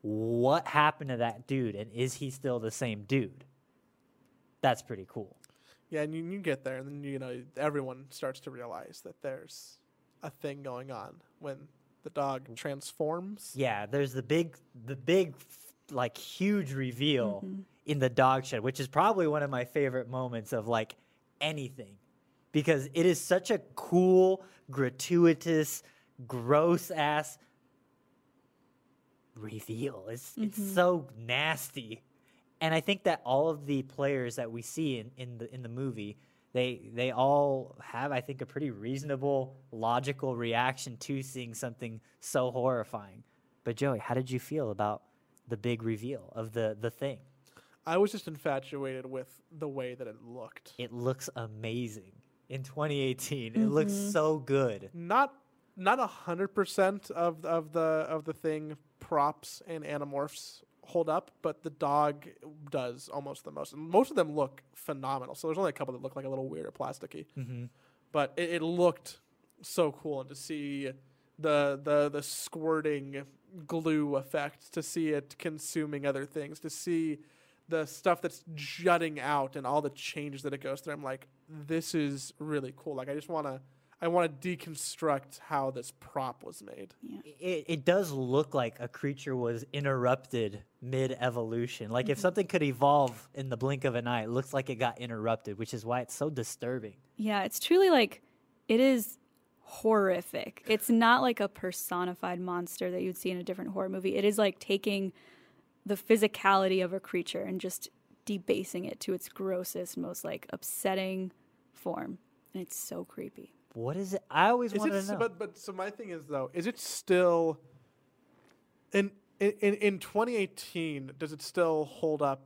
S1: What happened to that dude? And is he still the same dude? That's pretty cool.
S2: Yeah, and you, you get there and then you know everyone starts to realize that there's a thing going on when the dog transforms.
S1: Yeah, there's the big, the big, f- like huge reveal in the dog shed, which is probably one of my favorite moments of like anything, because it is such a cool, gratuitous, gross ass reveal. It's it's so nasty, and I think that all of the players that we see in, in the in the movie, they they all have I think a pretty reasonable, logical reaction to seeing something so horrifying. But Joey, how did you feel about the big reveal of the the thing?
S2: I was just infatuated with the way that it looked.
S1: It looks amazing. In 2018, it looks so good.
S2: Not not a hundred percent of of the of the thing props and anamorphs hold up, but the dog does almost the most. And most of them look phenomenal. So there's only a couple that look like a little weird or plasticky. but it, it looked so cool and to see the the the squirting glue effect to see it consuming other things to see the stuff that's jutting out and all the changes that it goes through i'm like this is really cool like i just want to i want to deconstruct how this prop was made
S1: it, it does look like a creature was interrupted mid evolution. Like if something could evolve in the blink of an eye, it looks like it got interrupted, which is why it's so disturbing.
S3: Yeah, it's truly like it is horrific. It's not like a personified monster that you'd see in a different horror movie. It is like taking the physicality of a creature and just debasing it to its grossest, most like upsetting form. And it's so creepy.
S1: What is it? I always
S2: is it
S1: wanted
S2: s-
S1: to know.
S2: but but so my thing is though is it still in in in- in 2018 does it still hold up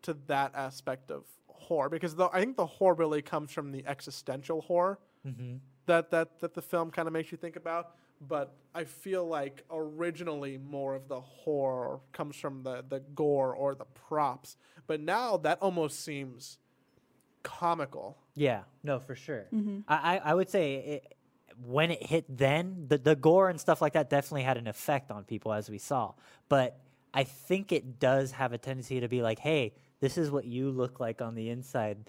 S2: to that aspect of horror because though i think the horror really comes from the existential horror
S1: Mm-hmm.
S2: that that that the film kind of makes you think about but i feel like originally more of the horror comes from the the gore or the props but now that almost seems comical
S1: yeah, no, for sure.
S3: Mm-hmm.
S1: I, I, I would say it, when it hit then, the, the gore and stuff like that definitely had an effect on people, as we saw. But I think it does have a tendency to be like, hey, this is what you look like on the inside,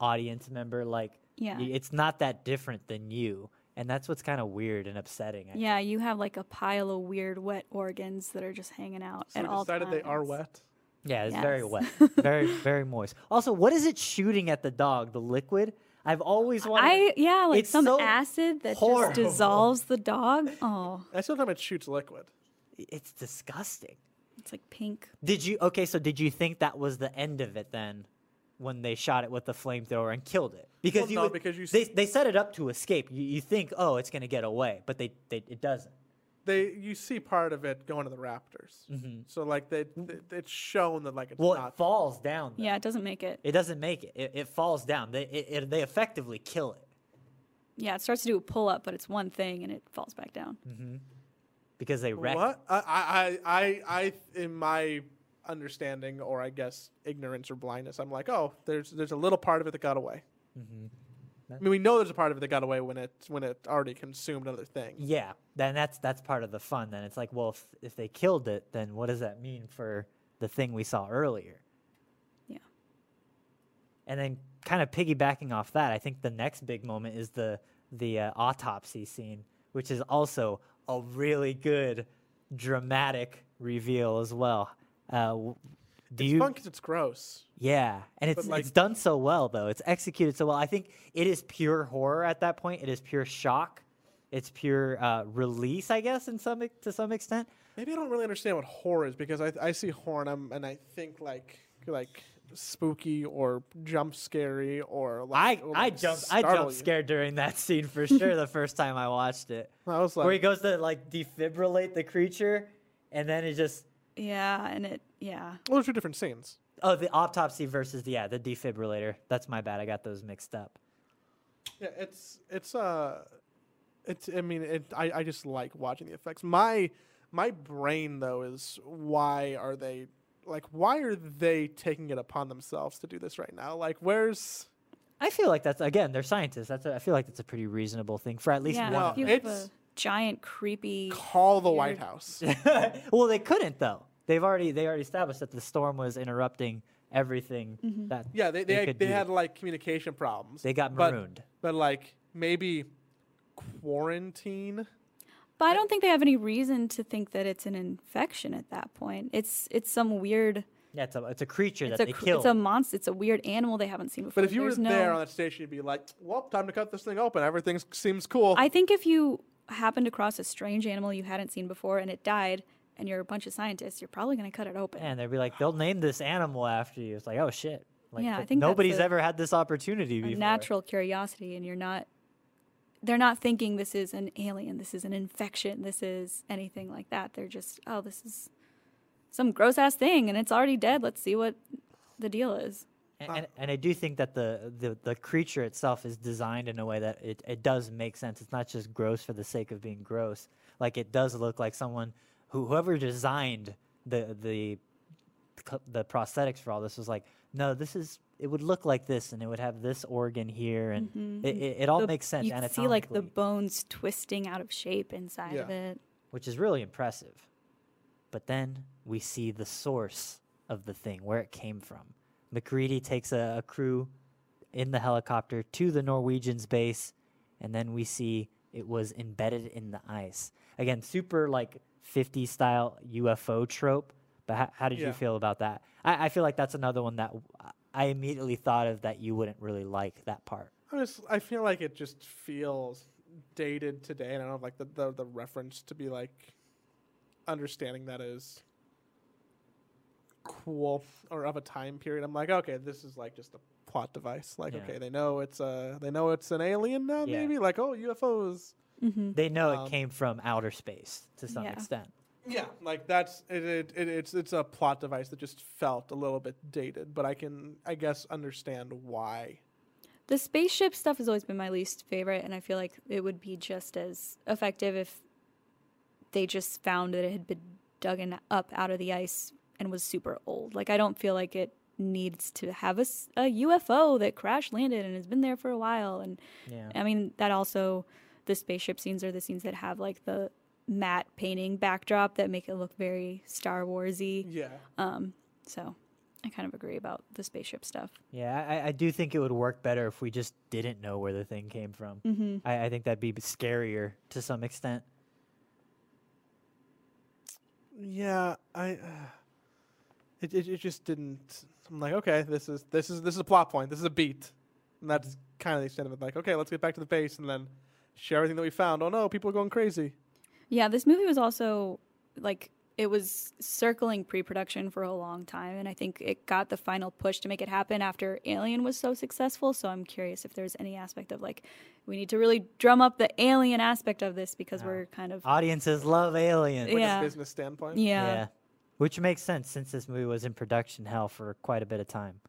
S1: audience member. Like,
S3: Yeah.
S1: y- it's not that different than you. And that's what's kind of weird and upsetting. I
S3: Yeah, you have like a pile of weird wet organs that are just hanging out
S2: so
S3: at
S2: we
S3: all
S2: decided they are
S3: times.
S2: wet
S1: Yeah, it's very
S3: Yes.
S1: wet, very very moist. Also, what is it shooting at the dog? The liquid? I've always wanted.
S3: I yeah, like
S1: It's
S3: some
S1: so
S3: acid that
S1: horrible.
S3: just dissolves the dog. Oh,
S2: that's the only time it shoots liquid
S1: It's disgusting.
S3: it's like pink.
S1: Did you? Okay, so did you think that was the end of it then, when they shot it with the flamethrower and killed it? Because
S2: Well,
S1: you
S2: no,
S1: would-
S2: because you s-
S1: they they set it up to escape. You, you think oh it's gonna get away, but they, they it doesn't.
S2: they you see part of it going to the Raptors. So like they, th it's shown that like it's
S1: Mm-hmm. Well, it
S2: not.
S1: falls down. though.
S3: Yeah, it doesn't make it.
S1: It doesn't make it. It, it falls down. They it, it, they effectively kill it
S3: Yeah, it starts to do a pull up, but it's one thing and it falls back down.
S1: because they wreck. it.
S2: What I, I I I I in my understanding or
S1: Mm-hmm.
S2: I guess ignorance or blindness, I'm like, oh, there's there's a little part of it that got away. I mean, we know there's a part of it that got away when it when it already consumed other things.
S1: Yeah, then that's that's part of the fun. Then it's like, well, if, if they killed it, then what does that mean for the thing we saw earlier?
S3: Yeah.
S1: And then, kind of piggybacking off that, I think the next big moment is the the uh, autopsy scene, which is also a really good dramatic reveal as well. Uh, w- do
S2: It's
S1: you?
S2: fun 'cause it's gross.
S1: Yeah, and it's
S2: like-
S1: it's done so well though. It's executed so well. I think it is pure horror at that point. It is pure shock. It's pure uh, release, I guess, in some to some extent.
S2: Maybe I don't really understand what horror is because I, I see horror and, I'm, and I think like like spooky or jump scary or
S1: I
S2: like, oh,
S1: I
S2: like,
S1: jumped I
S2: startle
S1: jumped
S2: you.
S1: scared during that scene for sure the first time I watched it.
S2: I was
S1: Where he
S2: like,
S1: goes to like defibrillate the creature, and then it just
S3: Yeah, and it yeah.
S2: well, there's two different scenes.
S1: oh the autopsy versus yeah the defibrillator. That's my bad. I got those mixed up.
S2: Yeah, it's it's uh, it's I mean it. I, I just like watching the effects. My my brain though is why are they like why are they taking it upon themselves to do this right now? Like where's
S1: I feel like that's again they're scientists. That's a, I feel like that's a pretty reasonable thing for at least
S3: yeah,
S1: one.
S2: Well,
S1: of
S3: if you
S1: them.
S3: have
S2: it's-
S3: a giant creepy
S2: call the
S3: You're-
S2: White House?
S1: well, they couldn't though. They've already they already established that the storm was interrupting everything.
S3: Mm-hmm.
S1: That
S2: Yeah, they they,
S1: could
S2: they
S1: do.
S2: had like communication problems.
S1: They got
S2: but-
S1: marooned.
S2: but like maybe quarantine.
S3: But I don't think they have any reason to think that it's an infection at that point. It's it's some weird
S1: yeah, it's a it's a creature
S3: it's
S1: that
S3: a
S1: they
S3: cr-
S1: killed.
S3: it's a monster, it's a weird animal they haven't seen before.
S2: But if you
S3: There's
S2: were
S3: no,
S2: there on that station, you'd be like, "Well, time to cut this thing open. Everything s- seems cool."
S3: I think if you happened across a strange animal you hadn't seen before and it died and you're a bunch of scientists, you're probably going to cut it open.
S1: and they'd be like, they'll name this animal after you. It's like, oh shit. Like,
S3: Yeah, I
S1: th-
S3: think that's
S1: nobody's
S3: a-
S1: ever had this opportunity
S3: a
S1: before.
S3: natural curiosity and you're not they're not thinking this is an alien, this is an infection, this is anything like that. They're just, oh, this is some gross ass thing and it's already dead. Let's see what the deal is.
S1: And, and, and I do think that the, the, the creature itself is designed in a way that it, it does make sense. It's not just gross for the sake of being gross. Like it does look like someone who whoever designed the the co- the prosthetics for all this was like, no, this is it would look like this, and it would have this organ here, and it, it, it all
S3: The-
S1: makes sense
S3: You can
S1: anatomically,
S3: Mm-hmm. see like the bones twisting out of shape inside
S2: Yeah.
S3: of it.
S1: which is really impressive. But then we see the source of the thing, where it came from. McCready takes a, a crew in the helicopter to the Norwegian's base, and then we see it was embedded in the ice. Again, super like 50 style UFO trope. But how, how did
S2: Yeah.
S1: you feel about that? I, I feel like that's another one that w- I immediately thought of that you wouldn't really like that part.
S2: I just I feel like it just feels dated today, and I don't have like the, the the reference to be like understanding that is cool or of a time period. I'm like, okay, this is like just a plot device. Like,
S1: Yeah.
S2: okay, they know it's a they know it's an alien now.
S1: Yeah.
S2: Maybe like, oh, UFOs.
S1: They know
S2: Um,
S1: it came from outer space to some
S3: Yeah.
S1: extent.
S2: Yeah, like that's it, it, it. It's it's a plot device that just felt a little bit dated, but I can I guess understand why.
S3: The spaceship stuff has always been my least favorite, and I feel like it would be just as effective if they just found that it had been dug in, up out of the ice and was super old. Like, I don't feel like it needs to have a, s- a UFO that crash landed and has been there for a while. And
S1: Yeah.
S3: I mean, that also, the spaceship scenes are the scenes that have like the matte painting backdrop that make it look very Star Warsy.
S2: Yeah,
S3: So I kind of agree about the spaceship stuff.
S1: Yeah, I, I do think it would work better if we just didn't know where the thing came from. I, I think that'd be scarier to some extent.
S2: yeah. I. it, it it just didn't. I'm like, okay, this is this is this is a plot point. This is a beat, and that's kind of the extent of it. Like, okay, let's get back to the base and then share everything that we found. Oh no, people are going crazy.
S3: Yeah, this movie was also like it was circling pre-production for a long time and I think it got the final push to make it happen after Alien was so successful, so I'm curious if there's any aspect of like we need to really drum up the alien aspect of this because we're kind
S1: Uh,
S3: of
S1: Audiences love aliens.
S2: Like
S3: Yeah.
S2: a business standpoint.
S3: yeah.
S1: Which makes sense since this movie was in production hell for quite a bit of time.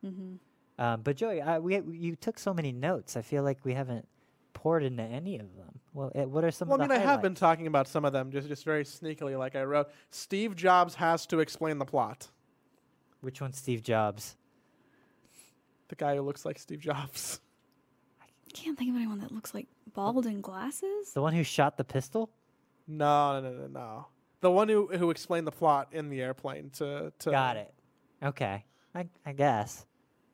S1: Um, but Joey, I, we you took so many notes. I feel like we haven't poured into any of them. Well, eh, what are some?
S2: Well, I
S1: of
S2: mean,
S1: the
S2: I have been
S1: highlights?
S2: talking about some of them just just very sneakily. Like I wrote, Steve Jobs has to explain the plot.
S1: Which one's Steve Jobs?
S2: The guy who looks like Steve Jobs.
S3: Can't think of anyone that looks like bald and glasses.
S1: The one who shot the pistol?
S2: No, no, no, no, no. The one who, who explained the plot in the airplane to, to
S1: Got it. Okay. I, I guess.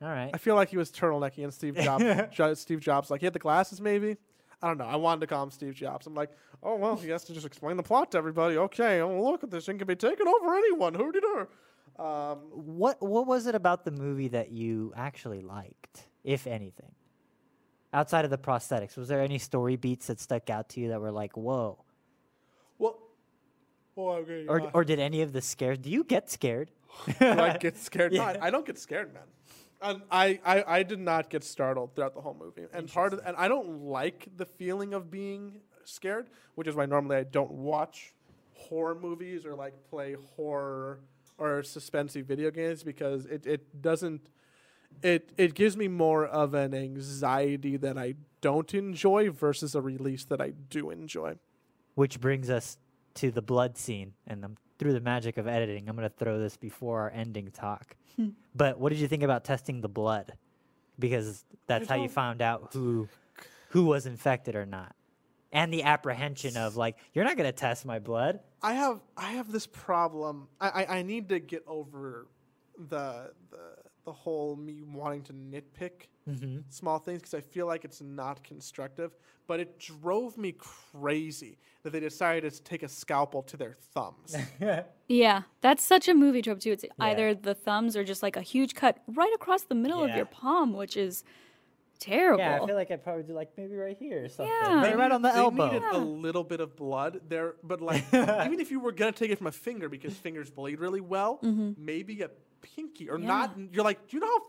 S1: All right.
S2: I feel like he was turtlenecking and Steve Jobs. Jo- Steve Jobs, like he had the glasses, maybe. I don't know. I wanted to call him Steve Jobs. I'm like, oh well, he has to just explain the plot to everybody. Okay, oh look, this thing can be taken over anyone. Who did her? Um,
S1: What what was it about the movie that you actually liked, if anything? Outside of the prosthetics, was there any story beats that stuck out to you that were like, "Whoa"?
S2: well, oh, okay.
S1: Or
S2: uh,
S1: or did any of the scare? Do you get scared?
S2: do I get scared? No, I, I don't get scared, man. And I, I, I did not get startled throughout the whole movie. And part of and I don't like the feeling of being scared, which is why normally I don't watch horror movies or like play horror or suspensey video games because it, it doesn't it it gives me more of an anxiety that I don't enjoy versus a release that I do enjoy.
S1: Which brings us to the blood scene, and i through the magic of editing, I'm going to throw this before our ending talk. but what did you think about testing the blood? Because that's how you
S2: don't-
S1: found out who who was infected or not, and the apprehension of like, you're not going to test my blood.
S2: I have I have this problem. I, I, I need to get over the the the whole me wanting to nitpick small things because I feel like it's not constructive. But it drove me crazy that they decided to take a scalpel to their thumbs.
S3: Yeah, that's such a movie trope too. It's either the thumbs or just like a huge cut right across the middle of
S1: Yeah.
S3: your palm, which is terrible.
S1: Yeah, I feel like I'd probably do like maybe right here or something.
S3: Yeah.
S1: Maybe right on the
S2: they
S1: elbow.
S2: needed a little bit of blood there, but like even if you were gonna take it from a finger because fingers bleed really well, maybe a pinky or not. You're like, do you know how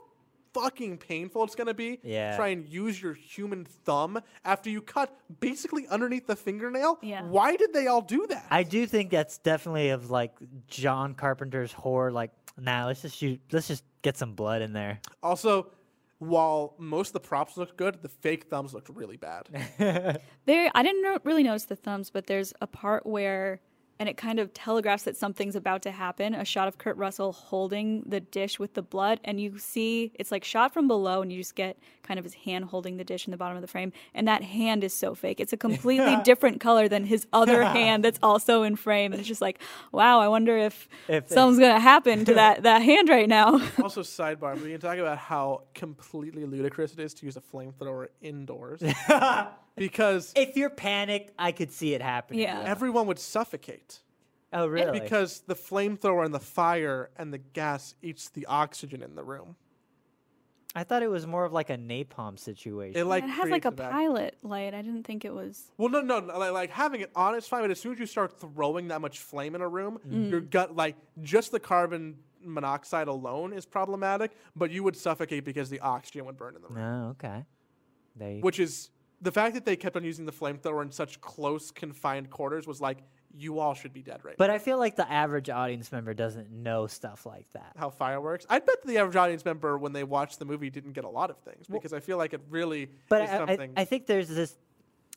S2: fucking painful it's gonna be?
S1: Yeah.
S2: to Try and use your human thumb after you cut basically underneath the fingernail.
S3: Yeah.
S2: Why did they all do that?
S1: I do think that's definitely of like John Carpenter's horror. Like, nah, let's just shoot. Let's just get some blood in there.
S2: also, while most of the props looked good, the fake thumbs looked really bad.
S3: There, I didn't no- really notice the thumbs, but there's a part where, and it kind of telegraphs that something's about to happen. A shot of Kurt Russell holding the dish with the blood, and you see it's like shot from below, and you just get kind of his hand holding the dish in the bottom of the frame. And that hand is so fake; it's a completely different color than his other hand that's also in frame. And it's just like, wow, I wonder if,
S1: If-
S3: something's gonna happen to that that hand right now.
S2: also, sidebar: we can talk about how completely ludicrous it is to use a flamethrower indoors because
S1: If you're panicked, I could see it happening.
S3: Yeah.
S2: everyone would suffocate.
S1: Oh, really?
S2: Because the flamethrower and the fire and the gas eats the oxygen in the room.
S1: I thought it was more of like a napalm situation.
S2: It like
S3: it has like a
S2: creates vac-
S3: pilot light. I didn't think it was.
S2: Well, no, no, no, like, like having it on is fine, but as soon as you start throwing that much flame in a room, your gut, like just the carbon monoxide alone is problematic. But you would suffocate because the oxygen would burn in the room,
S1: No, Oh, okay. They.
S2: which is the fact that they kept on using the flamethrower in such close confined quarters was like you all should be dead right
S1: but I feel like the average audience member doesn't know stuff like that.
S2: how fireworks. I bet the average audience member when they watched the movie didn't get a lot of things because I feel like it really
S1: but
S2: is
S1: I, I-
S2: something.
S1: I think there's this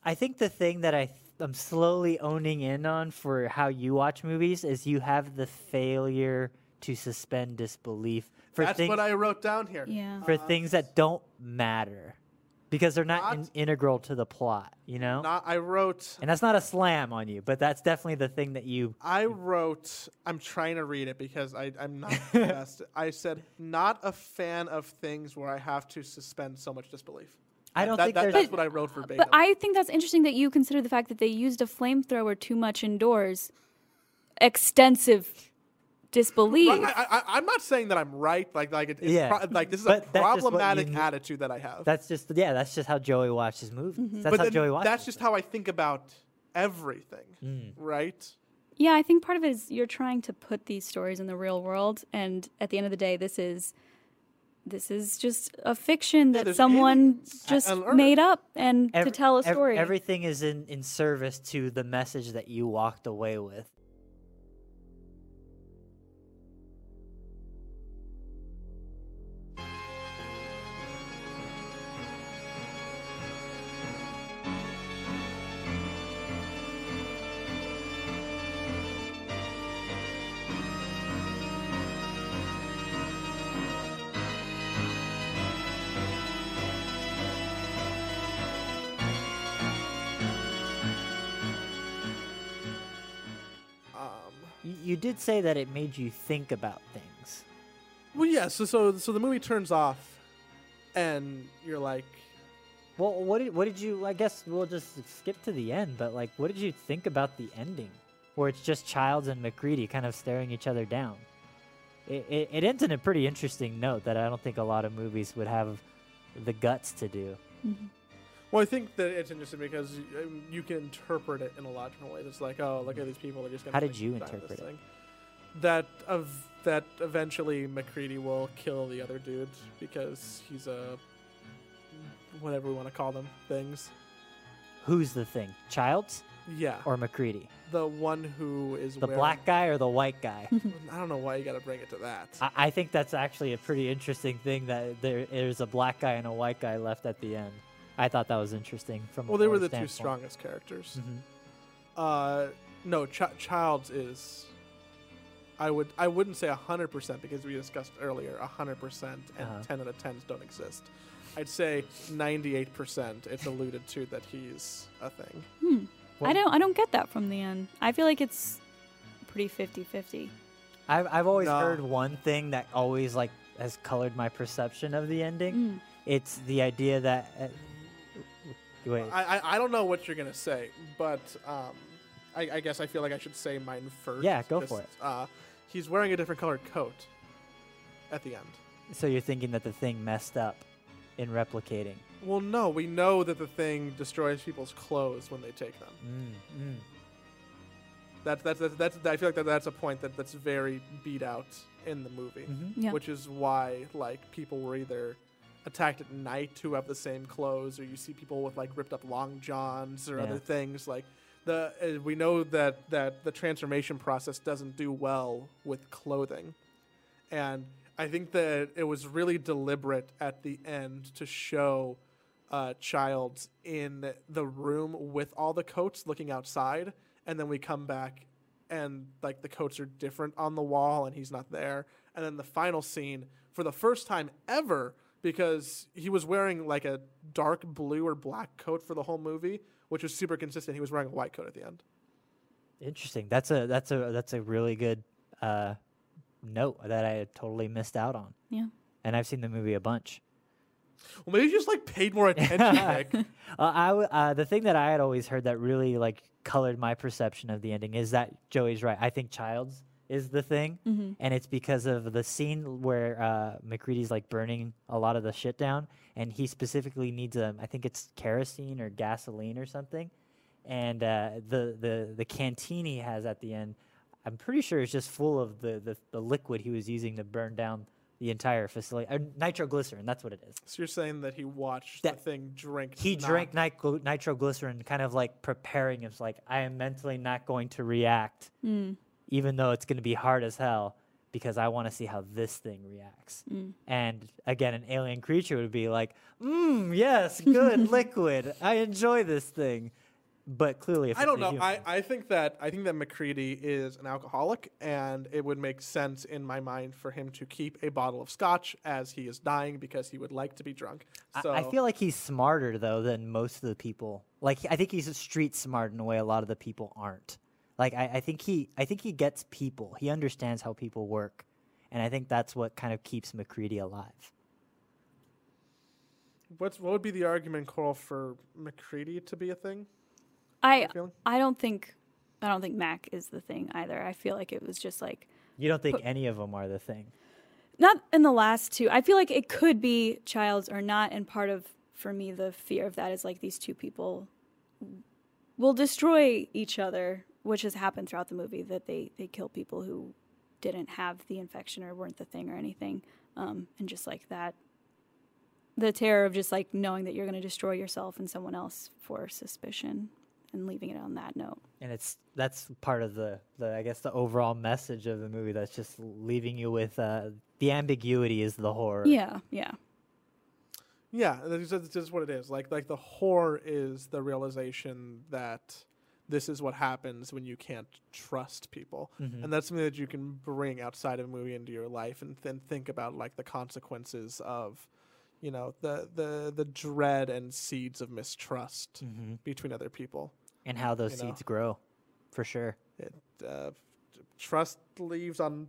S1: i think the thing that i th- i'm slowly owning in on for how you watch movies is you have the failure to suspend disbelief for
S2: That's
S1: things
S2: what I wrote down here. Uh,
S3: Yeah.
S1: for things that don't matter because they're not, in-
S2: Not-
S1: integral to the plot you know
S2: Not, I wrote.
S1: and that's not a slam on you but that's definitely the thing that you
S2: I wrote. I'm trying to read it because I, I'm not the best. I said, not a fan of things where I have to suspend so much disbelief.
S1: I don't
S2: That-
S1: think
S2: that-
S1: there's
S2: that's what I wrote verbatim.
S3: But I think that's interesting that you consider the fact that they used a flamethrower too much indoors. Extensive disbelief.
S2: I, I, I, am not saying that I'm right. Like, like, it, it's
S1: Yeah.
S2: pro- like this is
S1: But
S2: a
S1: that's just what you
S2: problematic
S1: need.
S2: attitude that I have.
S1: that's just yeah that's just how joey watches movies
S3: Mm-hmm.
S1: that's
S2: but
S1: how
S2: then
S1: joey watches
S2: that's just how I think about everything,
S1: Mm.
S2: right?
S3: Yeah, I think part of it is you're trying to put these stories in the real world, and at the end of the day, this is this is just a fiction that
S2: there's
S3: someone
S2: aliens
S3: just
S2: on Earth.
S3: made up and to
S1: Every-
S3: tell a
S1: ev-
S3: story.
S1: everything is in, in service to the message that you walked away with. You, you did say that it made you think about things.
S2: Well, yeah. So, so, so the movie turns off, and you're like,
S1: Well, what did what did you? I guess we'll just skip to the end. But like, what did you think about the ending, where it's just Childs and McCready kind of staring each other down? It, it, it ends in a pretty interesting note that I don't think a lot of movies would have the guts to do.
S2: well, I think that it's interesting because y- um, you can interpret it in a logical way. It's like, oh, look at these people. They're just gonna.
S1: How did
S2: like,
S1: you
S2: die in this
S1: interpret it?
S2: Thing. That of that eventually McCready will kill the other dude because he's a whatever we want to call them things.
S1: Who's the thing, Childs
S2: Yeah,
S1: or McCready?
S2: the one who is
S1: The
S2: wearing-
S1: black guy or the white guy?
S2: I don't know why you got to bring it to that.
S1: I, I think that's actually a pretty interesting thing that there there's a black guy and a white guy left at the end. I thought that was interesting. From a
S2: well, they were
S1: lore
S2: the two
S1: standpoint.
S2: strongest characters.
S1: Mhm.
S2: Uh, no, Ch- Childs is. I would I wouldn't say hundred percent because we discussed earlier hundred percent and
S1: Uh-huh.
S2: ten out of tens don't exist. I'd say ninety eight percent. It's alluded to that he's a thing.
S3: Hmm. I
S1: Well-
S3: don't I don't get that from the end. I feel like it's pretty 50-50.
S1: I've I've always
S2: No.
S1: heard one thing that always like has colored my perception of the ending.
S3: Mm.
S1: It's the idea that uh, wait,
S2: I, I I don't know what you're gonna say, but um, I, I guess I feel like I should say mine first.
S1: Yeah, go for it.
S2: Uh, he's wearing a different colored coat at the end.
S1: so you're thinking that the thing messed up in replicating.
S2: Well, no, we know that the thing destroys people's clothes when they take them.
S1: Mm, mm.
S2: That's that's that's, that's I feel like that, that's a point that that's very beat out in the movie,
S1: Mhm.
S3: Yeah.
S2: which is why like people were either attacked at night who have the same clothes, or you see people with like ripped up long johns or
S1: Yeah.
S2: other things like. The, uh, we know that, that the transformation process doesn't do well with clothing. And I think that it was really deliberate at the end to show uh, Childs in the room with all the coats looking outside. And then we come back and like the coats are different on the wall and he's not there. And then the final scene for the first time ever because he was wearing like a dark blue or black coat for the whole movie, which was super consistent. He was wearing a white coat at the end.
S1: Interesting. That's a that's a that's a really good uh, note that I totally missed out on.
S3: Yeah.
S1: And I've seen the movie a bunch.
S2: Well, maybe you just like paid more attention. Nick.
S1: Uh, I w- uh, the thing that I had always heard that really like colored my perception of the ending is that Joey's right. I think Childs is the thing, and it's because of the scene where uh, McCready's like burning a lot of the shit down, and he specifically needs um, I think it's kerosene or gasoline or something, and uh, the the the canteen he has at the end, I'm pretty sure it's just full of the the, the liquid he was using to burn down the entire facility. Uh, nitroglycerin, that's what it is
S2: So you're saying that he watched the
S1: That-
S2: thing drink?
S1: he
S2: not-
S1: drank nitro- nitroglycerin, kind of like preparing him. It's like I am mentally not going to react, even though it's going to be hard as hell, because I want to see how this thing reacts. And again, an alien creature would be like, "Mmm, yes, good liquid. I enjoy this thing." But clearly, if
S2: I
S1: it's
S2: don't
S1: a
S2: know.
S1: human-
S2: I, I think that I think that McCready is an alcoholic, and it would make sense in my mind for him to keep a bottle of scotch as he is dying because he would like to be drunk.
S1: I-
S2: So
S1: I feel like he's smarter though than most of the people. Like I think he's street smart in a way a lot of the people aren't. Like I, I think he I think he gets people. He understands how people work. And I think that's what kind of keeps McCready alive.
S2: what's what would be the argument, Coral, for McCready to be a thing?
S3: I
S2: Feeling?
S3: I don't think I don't think Mac is the thing either. I feel like it was just like
S1: You don't think any of them are the thing.
S3: not in the last two. I feel like it could be Childs or not, and part of for me the fear of that is like these two people will destroy each other, which has happened throughout the movie that they they kill people who didn't have the infection or weren't the thing or anything, um, and just like that, the terror of just like knowing that you're going to destroy yourself and someone else for suspicion, and leaving it on that note.
S1: And it's that's part of the, the I guess the overall message of the movie that's just leaving you with uh, the ambiguity is the horror.
S3: Yeah, yeah.
S2: Yeah, that's just, that's just what it is. Like like the horror is the realization that this is what happens when you can't trust people, and that's something that you can bring outside of a movie into your life and then think about like the consequences of, you know, the the the dread and seeds of
S1: Mm.
S2: mistrust between other people.
S1: Mm-hmm. And how those
S2: You know.
S1: seeds grow. For sure.
S2: It, uh, Trust leaves on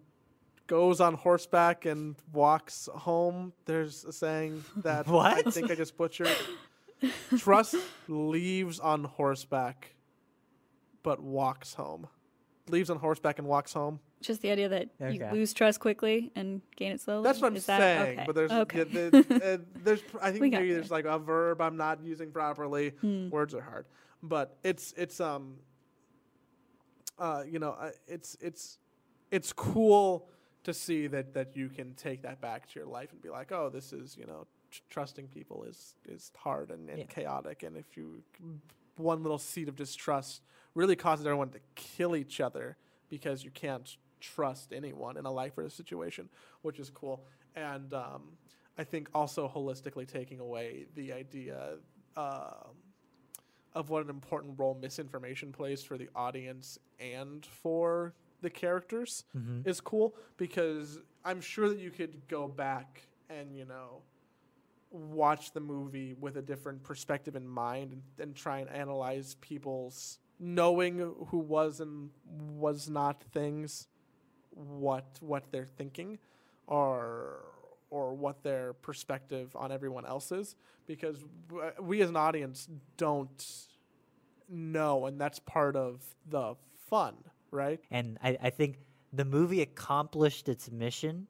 S2: goes on horseback and walks home. There's a saying that I
S1: What?
S2: think I just butchered. Trust leaves on horseback, but walks home. Leaves on horseback and walks home.
S3: Just the idea that you
S1: Okay.
S3: lose trust quickly and gain it slowly.
S2: That's what I'm
S3: Is that-
S2: saying.
S3: okay,
S2: But there's
S3: okay.
S2: yeah, the, uh, there's pr- I think
S3: We
S2: maybe
S3: got Hmm. there.
S2: there's like a verb I'm not using properly. Words are hard, but it's it's um uh you know uh, it's it's it's cool to see that that you can take that back to your life and be like oh this is you know tr- trusting people is is hard and, and
S1: Yeah.
S2: chaotic and if you one little seed of distrust really causes everyone to kill each other because you can't trust anyone in a life or a situation, which is cool. And um, I think also holistically taking away the idea um of what an important role misinformation plays for the audience and for the characters is cool because I'm sure that you could go back and, you know, watch the movie with a different perspective in mind and, and try and analyze people's knowing who was and was not things what what they're thinking or or what their perspective on everyone else is because w- we as an audience don't know and that's part of the fun right
S1: And I, I think the movie accomplished its mission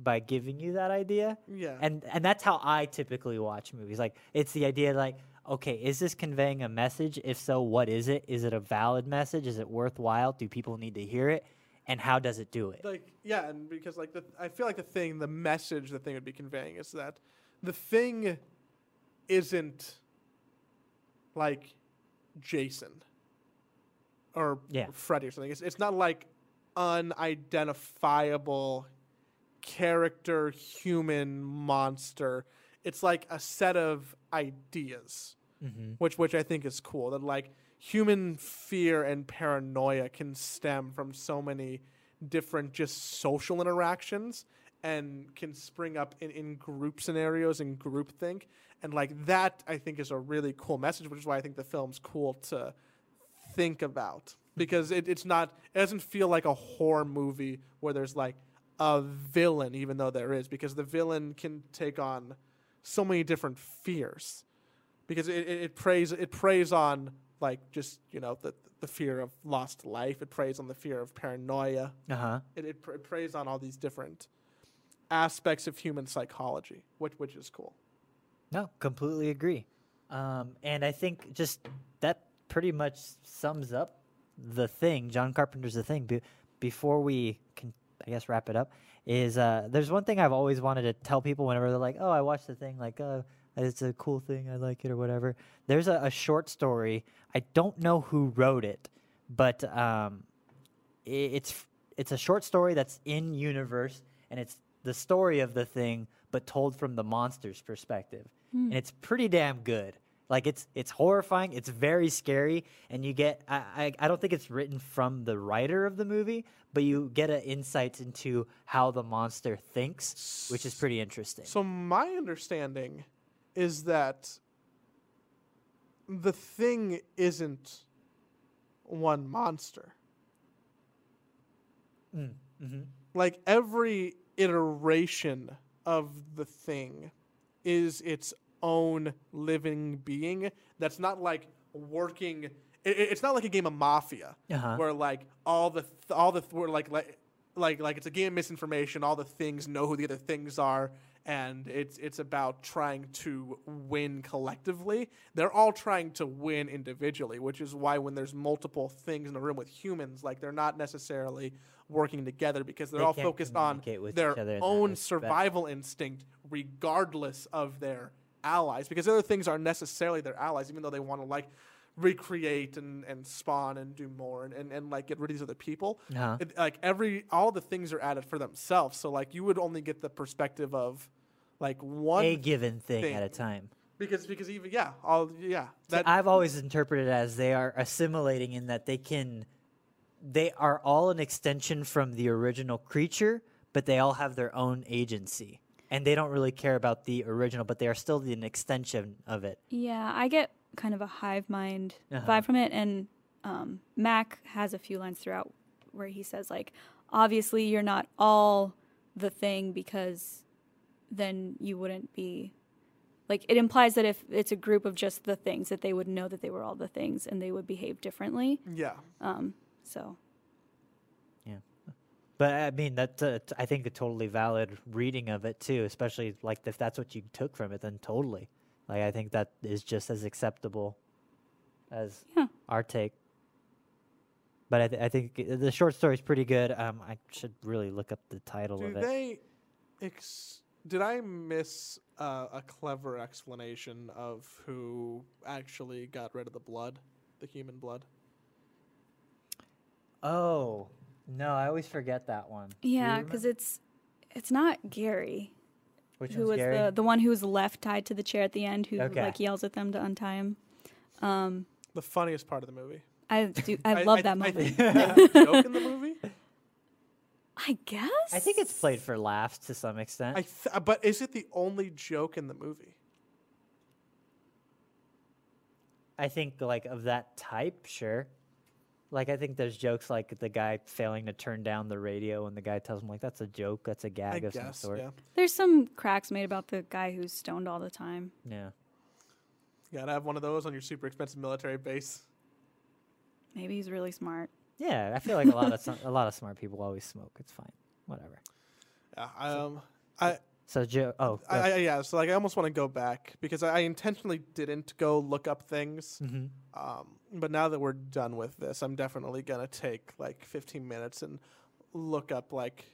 S1: by giving you that idea.
S2: Yeah.
S1: And and that's how I typically watch movies. Like it's the idea like, okay, is this conveying a message? If so, what is it? Is it a valid message? Is it worthwhile? Do people need to hear it? And how does it do it?
S2: like yeah and because like the i feel like the thing the message the thing would be conveying is that the thing isn't like jason or
S1: Yeah.
S2: freddy or something it's, it's not like unidentifiable character human monster it's like a set of ideas
S1: Mm-hmm.
S2: which which i think is cool that like human fear and paranoia can stem from so many different just social interactions and can spring up in, in group scenarios and groupthink and like that i think is a really cool message which is why i think the film's cool to think about because it, it's not it doesn't feel like a horror movie where there's like a villain even though there is because the villain can take on so many different fears because it, it, it preys it preys on like just you know the the fear of lost life it preys on the fear of paranoia
S1: Uh huh.
S2: it, it, pre- it preys on all these different aspects of human psychology which which is cool
S1: No, completely agree. Um, and I think just that pretty much sums up the thing. John Carpenter's the thing. Be- before we can, I guess, wrap it up, is uh, there's one thing I've always wanted to tell people whenever they're like, "Oh, I watched the thing," like, "Oh, it's a cool thing. I like it," or whatever. There's a, a short story. I don't know who wrote it, but um, i- it's f- it's a short story that's in universe and it's the story of the thing but told from the monster's perspective and it's pretty damn good like it's it's horrifying it's very scary and you get I, I i don't think it's written from the writer of the movie but you get an insight into how the monster thinks which is pretty interesting
S2: So my understanding is that the thing isn't one monster. Like every iteration of the thing is its own living being that's not like working it, it- it's not like a game of mafia
S1: Uh-huh.
S2: where like all the th- all the th- where like like like like it's a game of misinformation. All the things know who the other things are, and it's it's about trying to win collectively. They're all trying to win individually, which is why when there's multiple things in a room with humans, like they're not necessarily working together because they're
S1: They
S2: all
S1: can't
S2: focused on
S1: communicate with
S2: their
S1: each other in that
S2: own
S1: respect.
S2: survival instinct, regardless of their allies, because the other things aren't necessarily their allies, even though they want to like recreate and, and spawn and do more and, and, and like get rid of these other people.
S1: Uh-huh.
S2: It- like every all the things are added for themselves. So like you would only get the perspective of like one
S1: a given thing, at a
S2: thing.
S1: time
S2: because because even yeah all yeah
S1: See, I've always interpreted it as they are assimilating in that they can they are all an extension from the original creature, but they all have their own agency. And they don't really care about the original, but they are still the- an extension of it.
S3: Yeah, I get kind of a hive mind
S1: Uh-huh.
S3: vibe from it, and um, Mac has a few lines throughout where he says like, obviously you're not all the thing because then you wouldn't be like it implies that if it's a group of just the things that they would know that they were all the things and they would behave differently.
S2: Yeah.
S3: Um, so
S1: But I mean, that's a, t- I think a totally valid reading of it too, especially like if that's what you took from it, then totally. Like I think that is just as acceptable as
S3: Yeah.
S1: our take. But I, th- I think i- the short story is pretty good. Um, I should really look up the title
S2: Do
S1: of it.
S2: they? Ex- did I miss uh, a clever explanation of who actually got rid of the blood, the human blood?
S1: Oh no, I always forget that one.
S3: yeah, because it's it's not Gary
S1: Which
S3: who was the the one who was left tied to the chair at the end who
S1: Okay.
S3: like yells at them to untie him. Um,
S2: The funniest part of the movie.
S3: I do I love that
S2: I
S3: movie.
S2: think that's a joke in the movie.
S3: I guess.
S1: I think it's played for laughs to some extent.
S2: I th- uh, but is it the only joke in the movie?
S1: I think like of that type, sure. Like I think there's jokes like the guy failing to turn down the radio and the guy tells him like that's a joke, that's a gag
S2: I
S1: of some
S2: guess.
S1: sort.
S2: Yeah.
S3: There's some cracks made about the guy who's stoned all the time.
S1: Yeah.
S2: You gotta have one of those on your super expensive military base.
S3: Maybe he's really smart.
S1: Yeah, I feel like a lot of some, a lot of smart people always smoke. It's fine. Whatever.
S2: Yeah. Um. I,
S1: So Joe oh
S2: I, I yeah. So like, I almost want to go back because I, I intentionally didn't go look up things.
S1: hmm
S2: Um, but now that we're done with this, I'm definitely gonna take like 15 minutes and look up like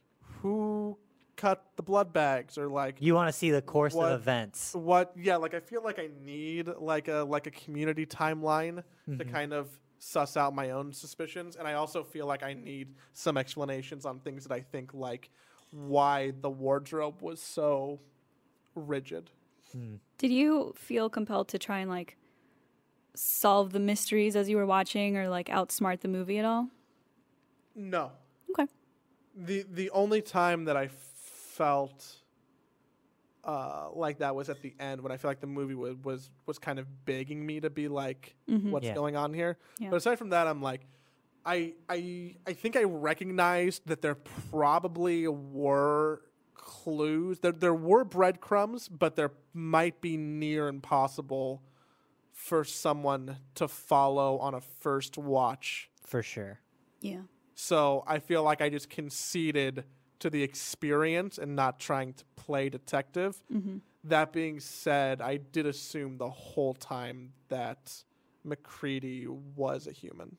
S2: who cut the blood bags or like
S1: You want to see the course
S2: What-
S1: of events.
S2: what yeah like i feel like i need like a like a community timeline to kind of suss out my own suspicions and i also feel like i need some explanations on things that i think like why the wardrobe was so rigid
S1: Hmm,
S3: Did you feel compelled to try and like solve the mysteries as you were watching or like outsmart the movie at all?
S2: no
S3: Okay.
S2: the the only time that i felt uh, like that was at the end when I feel like the movie was was, was kind of begging me to be like, what's
S1: Yeah.
S2: going on here?
S3: Mm-hmm. Yeah.
S2: But aside from that, I'm like, I I I think I recognized that there probably were clues. There there were breadcrumbs, but there might be near impossible for someone to follow on a first watch.
S1: For sure.
S3: Yeah.
S2: So I feel like I just conceded to the experience and not trying to play detective.
S3: Mm-hmm.
S2: That being said, I did assume the whole time that McCready was a human.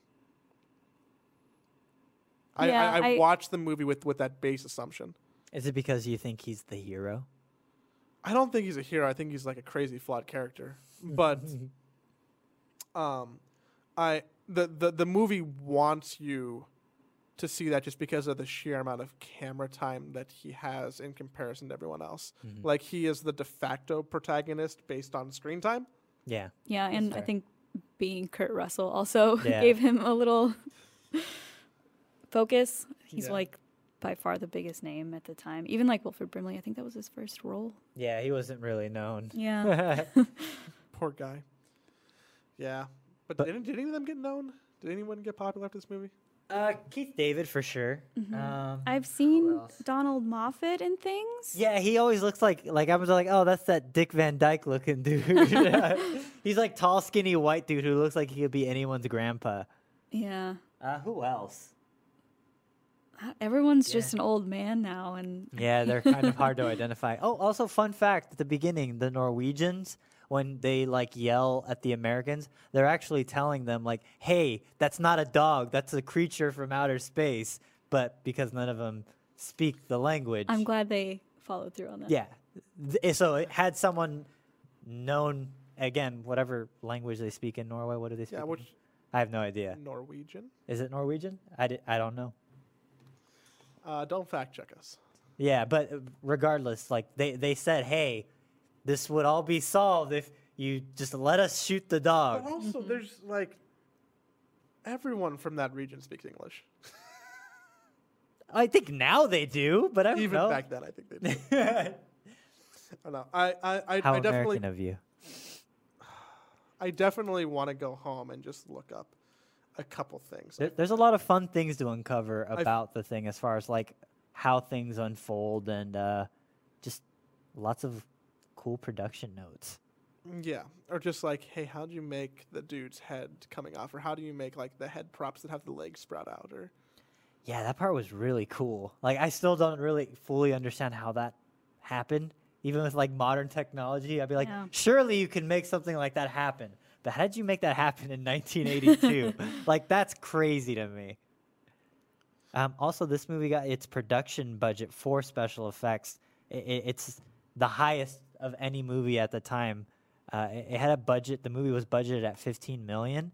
S2: I,
S3: Yeah,
S2: I, I,
S3: I-
S2: watched the movie with, with that base assumption.
S1: Is it because you think he's the hero?
S2: I don't think he's a hero. I think he's like a crazy flawed character. But um I the, the the movie wants you to see that just because of the sheer amount of camera time that he has in comparison to everyone else.
S1: Hmm, Mm.
S2: Like he is the de facto protagonist based on screen time.
S1: Yeah.
S3: Yeah, and I
S1: fair.
S3: think being Kurt Russell also
S1: Yeah.
S3: gave him a little focus. He's
S2: Yeah.
S3: like by far the biggest name at the time. Even like Wilfred Brimley, I think that was his first role.
S1: Yeah, he wasn't really known.
S3: Yeah.
S2: Poor guy. Yeah. But,
S1: But-
S2: did, did any of them get known? Did anyone get popular after this movie?
S1: uh Keith David for sure. Um
S3: I've seen
S1: else?
S3: Donald Moffat in things.
S1: Yeah, he always looks like like I was like, oh, that's that Dick Van Dyke looking dude. He's like tall, skinny, white dude who looks like he could be anyone's grandpa.
S3: Yeah.
S1: Uh, who else?
S3: Uh, Everyone's just an old man now and
S1: Yeah, they're kind of hard to identify. Oh, also fun fact at the beginning, the Norwegians when they like yell at the Americans, they're actually telling them like, "Hey, that's not a dog. That's a creature from outer space." But because none of them speak the language,
S3: I'm glad they followed through on that.
S1: Yeah. Th- eh, So it had someone known again, whatever language they speak in Norway. What do they speak?
S2: Yeah,
S1: in-
S2: which
S1: I have no idea.
S2: Norwegian?
S1: Is it Norwegian? I, di- I don't know.
S2: Uh, don't fact check us.
S1: Yeah, but uh, regardless, like they they said, hey, this would all be solved if you just let us shoot the
S2: But
S1: dog.
S2: also, there's like everyone from that region speaks English.
S1: I think now they do, but I don't
S2: Even
S1: know.
S2: back then, I think they did. I don't know. I, I, I,
S1: How
S2: I definitely,
S1: American of you.
S2: I definitely want to go home and just look up a couple things.
S1: There, there's a lot of fun things to uncover about the thing as far as like how things unfold and uh, just lots of cool production notes.
S2: Yeah, or just like, hey, how do you make the dude's head coming off, or how do you make like the head props that have the legs sprout out, or
S1: Yeah, that part was really cool. Like I still don't really fully understand how that happened. Even with like modern technology, I'd be like,
S3: Yeah.
S1: surely you can make something like that happen. But how did you make that happen in 1982? like that's crazy to me. Um, also, this movie got its production budget for special effects. I i it's the highest of any movie at the time. Uh, it, it had a budget. The movie was budgeted at 15 million,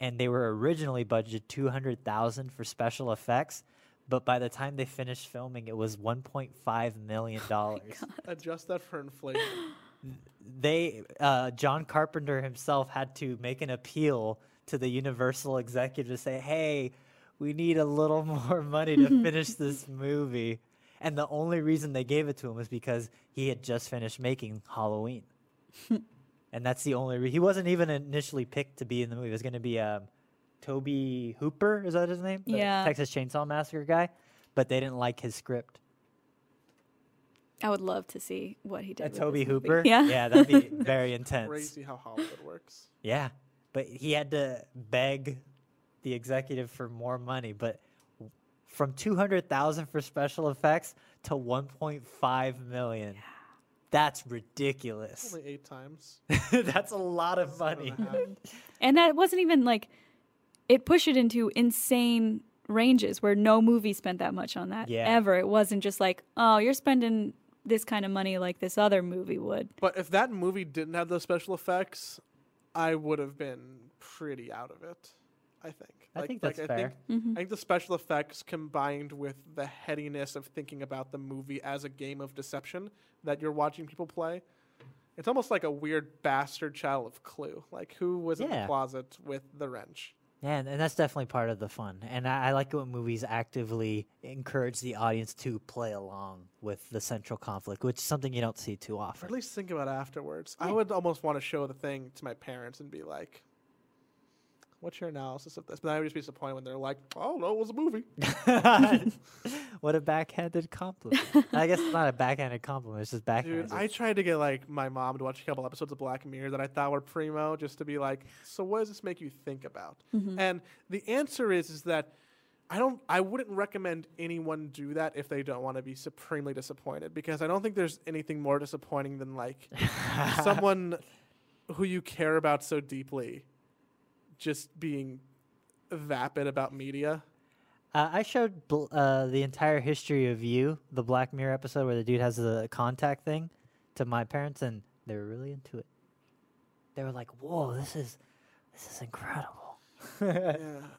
S1: and they were originally budgeted 200,000 for special effects. But by the time they finished filming, it was 1.5 million dollars.
S2: adjust that for inflation?
S1: they uh, John Carpenter himself had to make an appeal to the Universal executive to say, "Hey, we need a little more money to finish this movie." And the only reason they gave it to him was because he had just finished making Halloween, and that's the only. Re- he wasn't even initially picked to be in the movie. It was going to be um, Toby Hooper, is that his name? The
S3: Yeah.
S1: Texas Chainsaw Massacre guy, but they didn't like his script.
S3: I would love to see what he did.
S1: Uh,
S3: with
S1: Toby
S3: this movie.
S1: Hooper,
S3: Yeah.
S1: yeah, that'd be very intense.
S2: Crazy how Hollywood works.
S1: Yeah, but he had to beg the executive for more money. But w- from two hundred thousand for special effects to one point five million, that's ridiculous.
S2: Only eight times.
S1: that's a lot of
S2: Seven
S1: money.
S2: and a half.
S3: and that wasn't even like it pushed it into insane ranges where no movie spent that much on that
S1: Yeah.
S3: ever. It wasn't just like, oh, you're spending this kind of money like this other movie would.
S2: But if that movie didn't have those special effects, I would have been pretty out of it. I think.
S1: I think that's
S2: I think, I think the special effects combined with the headiness of thinking about the movie as a game of deception that you're watching people play, it's almost like a weird bastard child of Clue. Like who was in
S1: Yeah.
S2: the closet with the wrench?
S1: Yeah, and, and that's definitely part of the fun. And I, I like it when movies actively encourage the audience to play along with the central conflict, which is something you don't see too
S2: Or
S1: often.
S2: at least think about it afterwards. I would almost want to show the thing to my parents and be like. What's your analysis of this? But I would just be disappointed when they're like, "Oh no, it was a movie."
S1: what a backhanded compliment. I guess it's not a backhanded compliment, it's just backhanded.
S2: Dude, I tried to get like my mom to watch a couple episodes of Black Mirror that I thought were primo, just to be like, so what does this make you think about? And the answer is is that I don't I wouldn't recommend anyone do that if they don't want to be supremely disappointed because I don't think there's anything more disappointing than like someone who you care about so deeply just being vapid about media.
S1: Uh, I showed bl- uh, the entire history of you, the Black Mirror episode where the dude has the contact thing, to my parents, and they were really into it. They were like, "Whoa, this is this is incredible."
S2: yeah,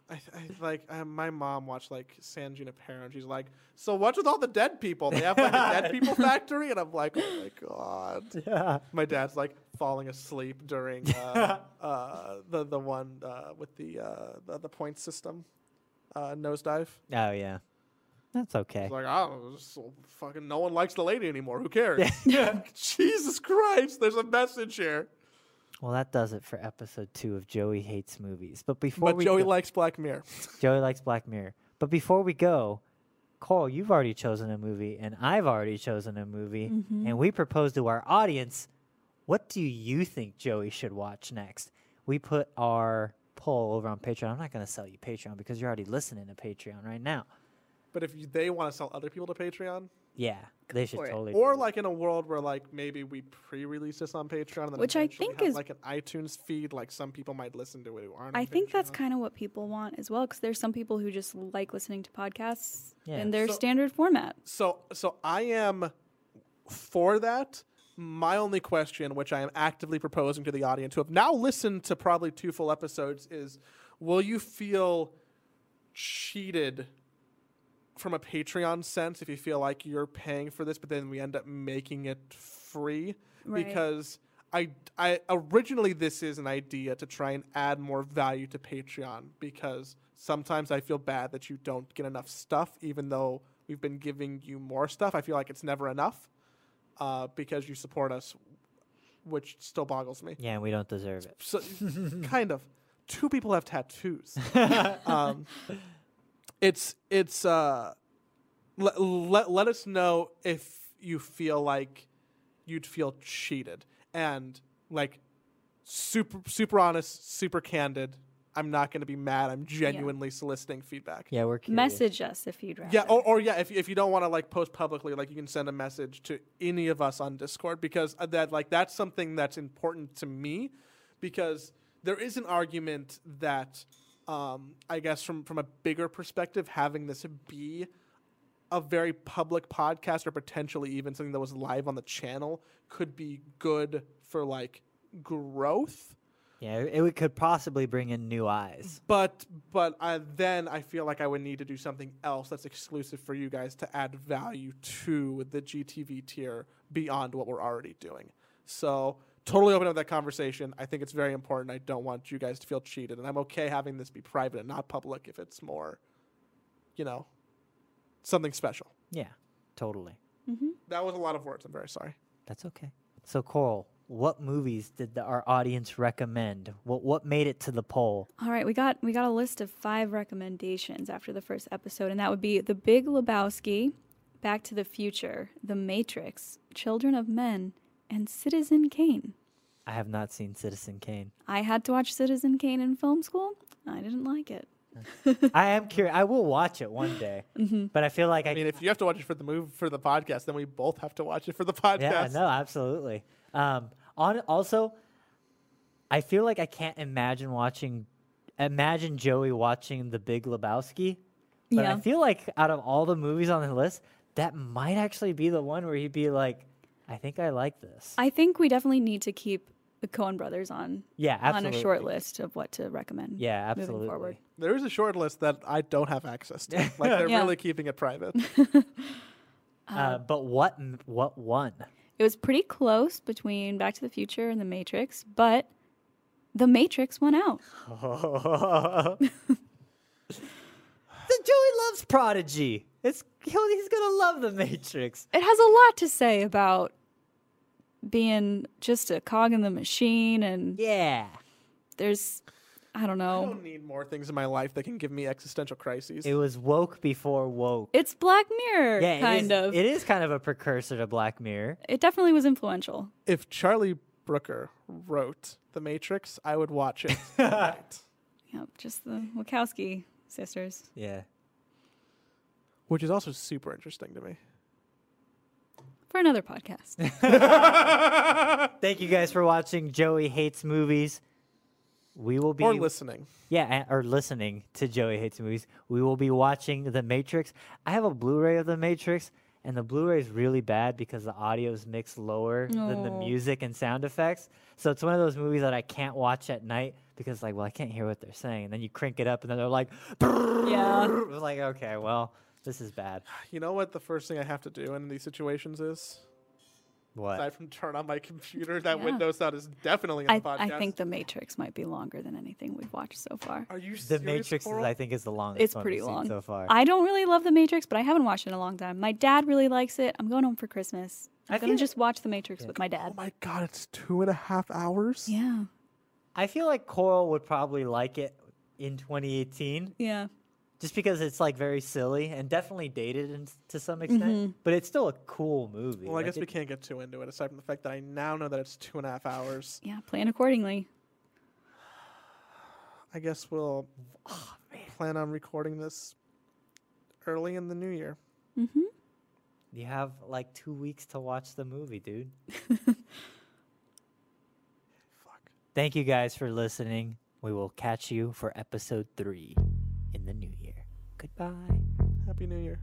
S2: I, I like I, my mom watched like San Junipero, and she's like, "So what's with all the dead people? They have like a dead people factory," and I'm like, "Oh my god!"
S1: Yeah,
S2: My dad's like falling asleep during uh, uh, the the one uh, with the, uh, the the point system uh, nosedive.
S1: Oh yeah, that's okay.
S2: He's like, "Oh, just, fucking no one likes the lady anymore. Who cares?" Jesus Christ, there's a message here.
S1: Well, that does it for episode two of Joey hates movies. But before
S2: but
S1: we
S2: Joey
S1: go-
S2: likes Black Mirror.
S1: Joey likes Black Mirror. But before we go, Cole, you've already chosen a movie, and I've already chosen a movie,
S3: Mm-hmm.
S1: and we propose to our audience, what do you think Joey should watch next? We put our poll over on Patreon. I'm not going to sell you Patreon because you're already listening to Patreon right now.
S2: But if you, they want to sell other people to Patreon,
S1: Yeah, they should
S3: for it.
S1: totally. do
S2: Or
S1: it.
S2: like in a world where like maybe we pre-release this on Patreon, and then
S3: Which I
S2: eventually
S3: think
S2: have,
S3: is-
S2: like an iTunes feed, like some people might listen to it who aren't. on
S3: I think that's
S2: Patreon.
S3: kind of what people want as well, because there's some people who just like listening to podcasts
S1: Yeah.
S3: in their
S2: So-
S3: standard format.
S2: so. So I am for that. My only question, which I am actively proposing to the audience who have now listened to probably two full episodes, is: Will you feel cheated from a Patreon sense if you feel like you're paying for this, but then we end up making it free
S3: Right.
S2: because I, I originally this is an idea to try and add more value to Patreon because sometimes I feel bad that you don't get enough stuff even though we've been giving you more stuff. I feel like it's never enough uh, because you support us, which still boggles me
S1: yeah, and we don't deserve it.
S2: so kind of. two people have tattoos. um, it's it's uh, let, let let us know if you feel like you'd feel cheated and like super super honest, super candid. I'm not going to be mad. I'm genuinely soliciting feedback.
S1: Yeah, we're curious.
S3: Message us if you'd rather.
S2: Yeah, oh, or, or yeah, if, if you don't want to like post publicly, like you can send a message to any of us on Discord because uh, that like that's something that's important to me because there is an argument that um, I guess from from a bigger perspective, having this be a very public podcast or potentially even something that was live on the channel could be good for like growth.
S1: Yeah, it would- could possibly bring in new eyes.
S2: But but I, then I feel like I would need to do something else that's exclusive for you guys to add value to the GTV tier beyond what we're already doing. So totally open up that conversation. I think it's very important. I don't want you guys to feel cheated, and I'm okay having this be private and not public if it's more, you know, something special.
S3: Mm.
S1: Yeah, totally.
S2: oh.
S3: Mm-hmm.
S2: That was a lot of words. I'm very sorry.
S1: That's okay. So, Coral, what movies did the, our audience recommend? What what made it to the poll?
S3: All right, we got we got a list of five recommendations after the first episode, and that would be The Big Lebowski, Back to the Future, The Matrix, Children of Men, and Citizen Kane.
S1: I have not seen Citizen Kane.
S3: I had to watch Citizen Kane in film school. I didn't like it.
S1: I am curious. I will watch it one day,
S3: Mm-hmm.
S1: but I feel like I,
S2: I mean, if you have to watch it for the move for the podcast, then we both have to watch it for the podcast.
S1: yeah, no, absolutely. Um, on also, I feel like I can't imagine watching, imagine Joey watching The Big Lebowski. But I
S3: Yeah.
S1: feel like out of all the movies on the list, that might actually be the one where he'd be like, "I think I like this."
S3: I think we definitely need to keep the Coen brothers on
S1: yeah, absolutely.
S3: on a short list of what to recommend.
S1: Yeah,
S3: Moving forward.
S1: absolutely.
S2: There is a short list that I don't have access to. Like they're
S3: Yeah.
S2: really keeping it private.
S1: Uh, but what m- what won?
S3: It was pretty close between Back to the Future and The Matrix, but The Matrix won out.
S1: the Joey loves Prodigy. It's he'll, he's gonna love the Matrix.
S3: It has a lot to say about being just a cog in the machine, and
S1: Yeah,
S3: there's, I don't
S2: I
S3: know,
S2: don't need more things in my life that can give me existential crises.
S1: it was woke before woke.
S3: it's Black Mirror,
S1: yeah, it
S3: kind
S1: is-
S3: of.
S1: It is kind of a precursor to Black Mirror.
S3: it definitely was influential.
S2: if Charlie Brooker wrote The Matrix, I would watch it. tonight.
S3: Yep, just the Wachowski sisters.
S1: Yeah,
S2: Which is also super interesting to me.
S3: For another podcast.
S1: thank you guys for watching. Joey hates movies. We will be
S2: Or listening.
S1: Yeah, a- or listening to Joey Hates Movies. We will be watching The Matrix. I have a Blu ray of The Matrix, and the Blu ray is really bad because the audio is mixed lower than the
S3: No.
S1: music and sound effects. So it's one of those movies that I can't watch at night because, like, well, I can't hear what they're saying. And then you crank it up, and then they're like,
S3: yeah.
S1: "Brrr." like, okay, well, this is bad.
S2: You know what the first thing I have to do in these situations is?
S1: What?
S2: Aside from turn on my computer, that
S3: Yeah.
S2: window sound is definitely in
S3: I,
S2: the podcast.
S3: I think The Matrix might be longer than anything we've watched so far.
S2: Are you
S1: The
S2: serious,
S1: Matrix, is,
S2: Coral?
S1: I think, is the longest
S3: It's
S1: one
S3: pretty
S1: we've seen
S3: long
S1: so far.
S3: I don't really love The Matrix, but I haven't watched it in a long time. My dad really likes it. I'm going home for Christmas. I'm
S1: I
S3: gonna
S1: feel-
S3: just watch The Matrix with my dad.
S2: Oh my god, it's two and a half hours?
S3: Yeah,
S1: I feel like Coral would probably like it in 2018.
S3: yeah.
S1: just because it's like very silly and definitely dated in, to some extent, but it's still a cool movie.
S2: Well, I
S1: Like,
S2: guess
S1: it-
S2: we can't get too into it, aside from the fact that I now know that it's two and a half hours.
S3: Yeah, plan accordingly.
S2: I guess we'll plan on recording this early in the new year.
S3: Mm-hmm.
S1: you have like two weeks to watch the movie, dude.
S2: Fuck.
S1: Thank you guys for listening. We will catch you for episode three in the new year. Goodbye.
S2: Happy New Year.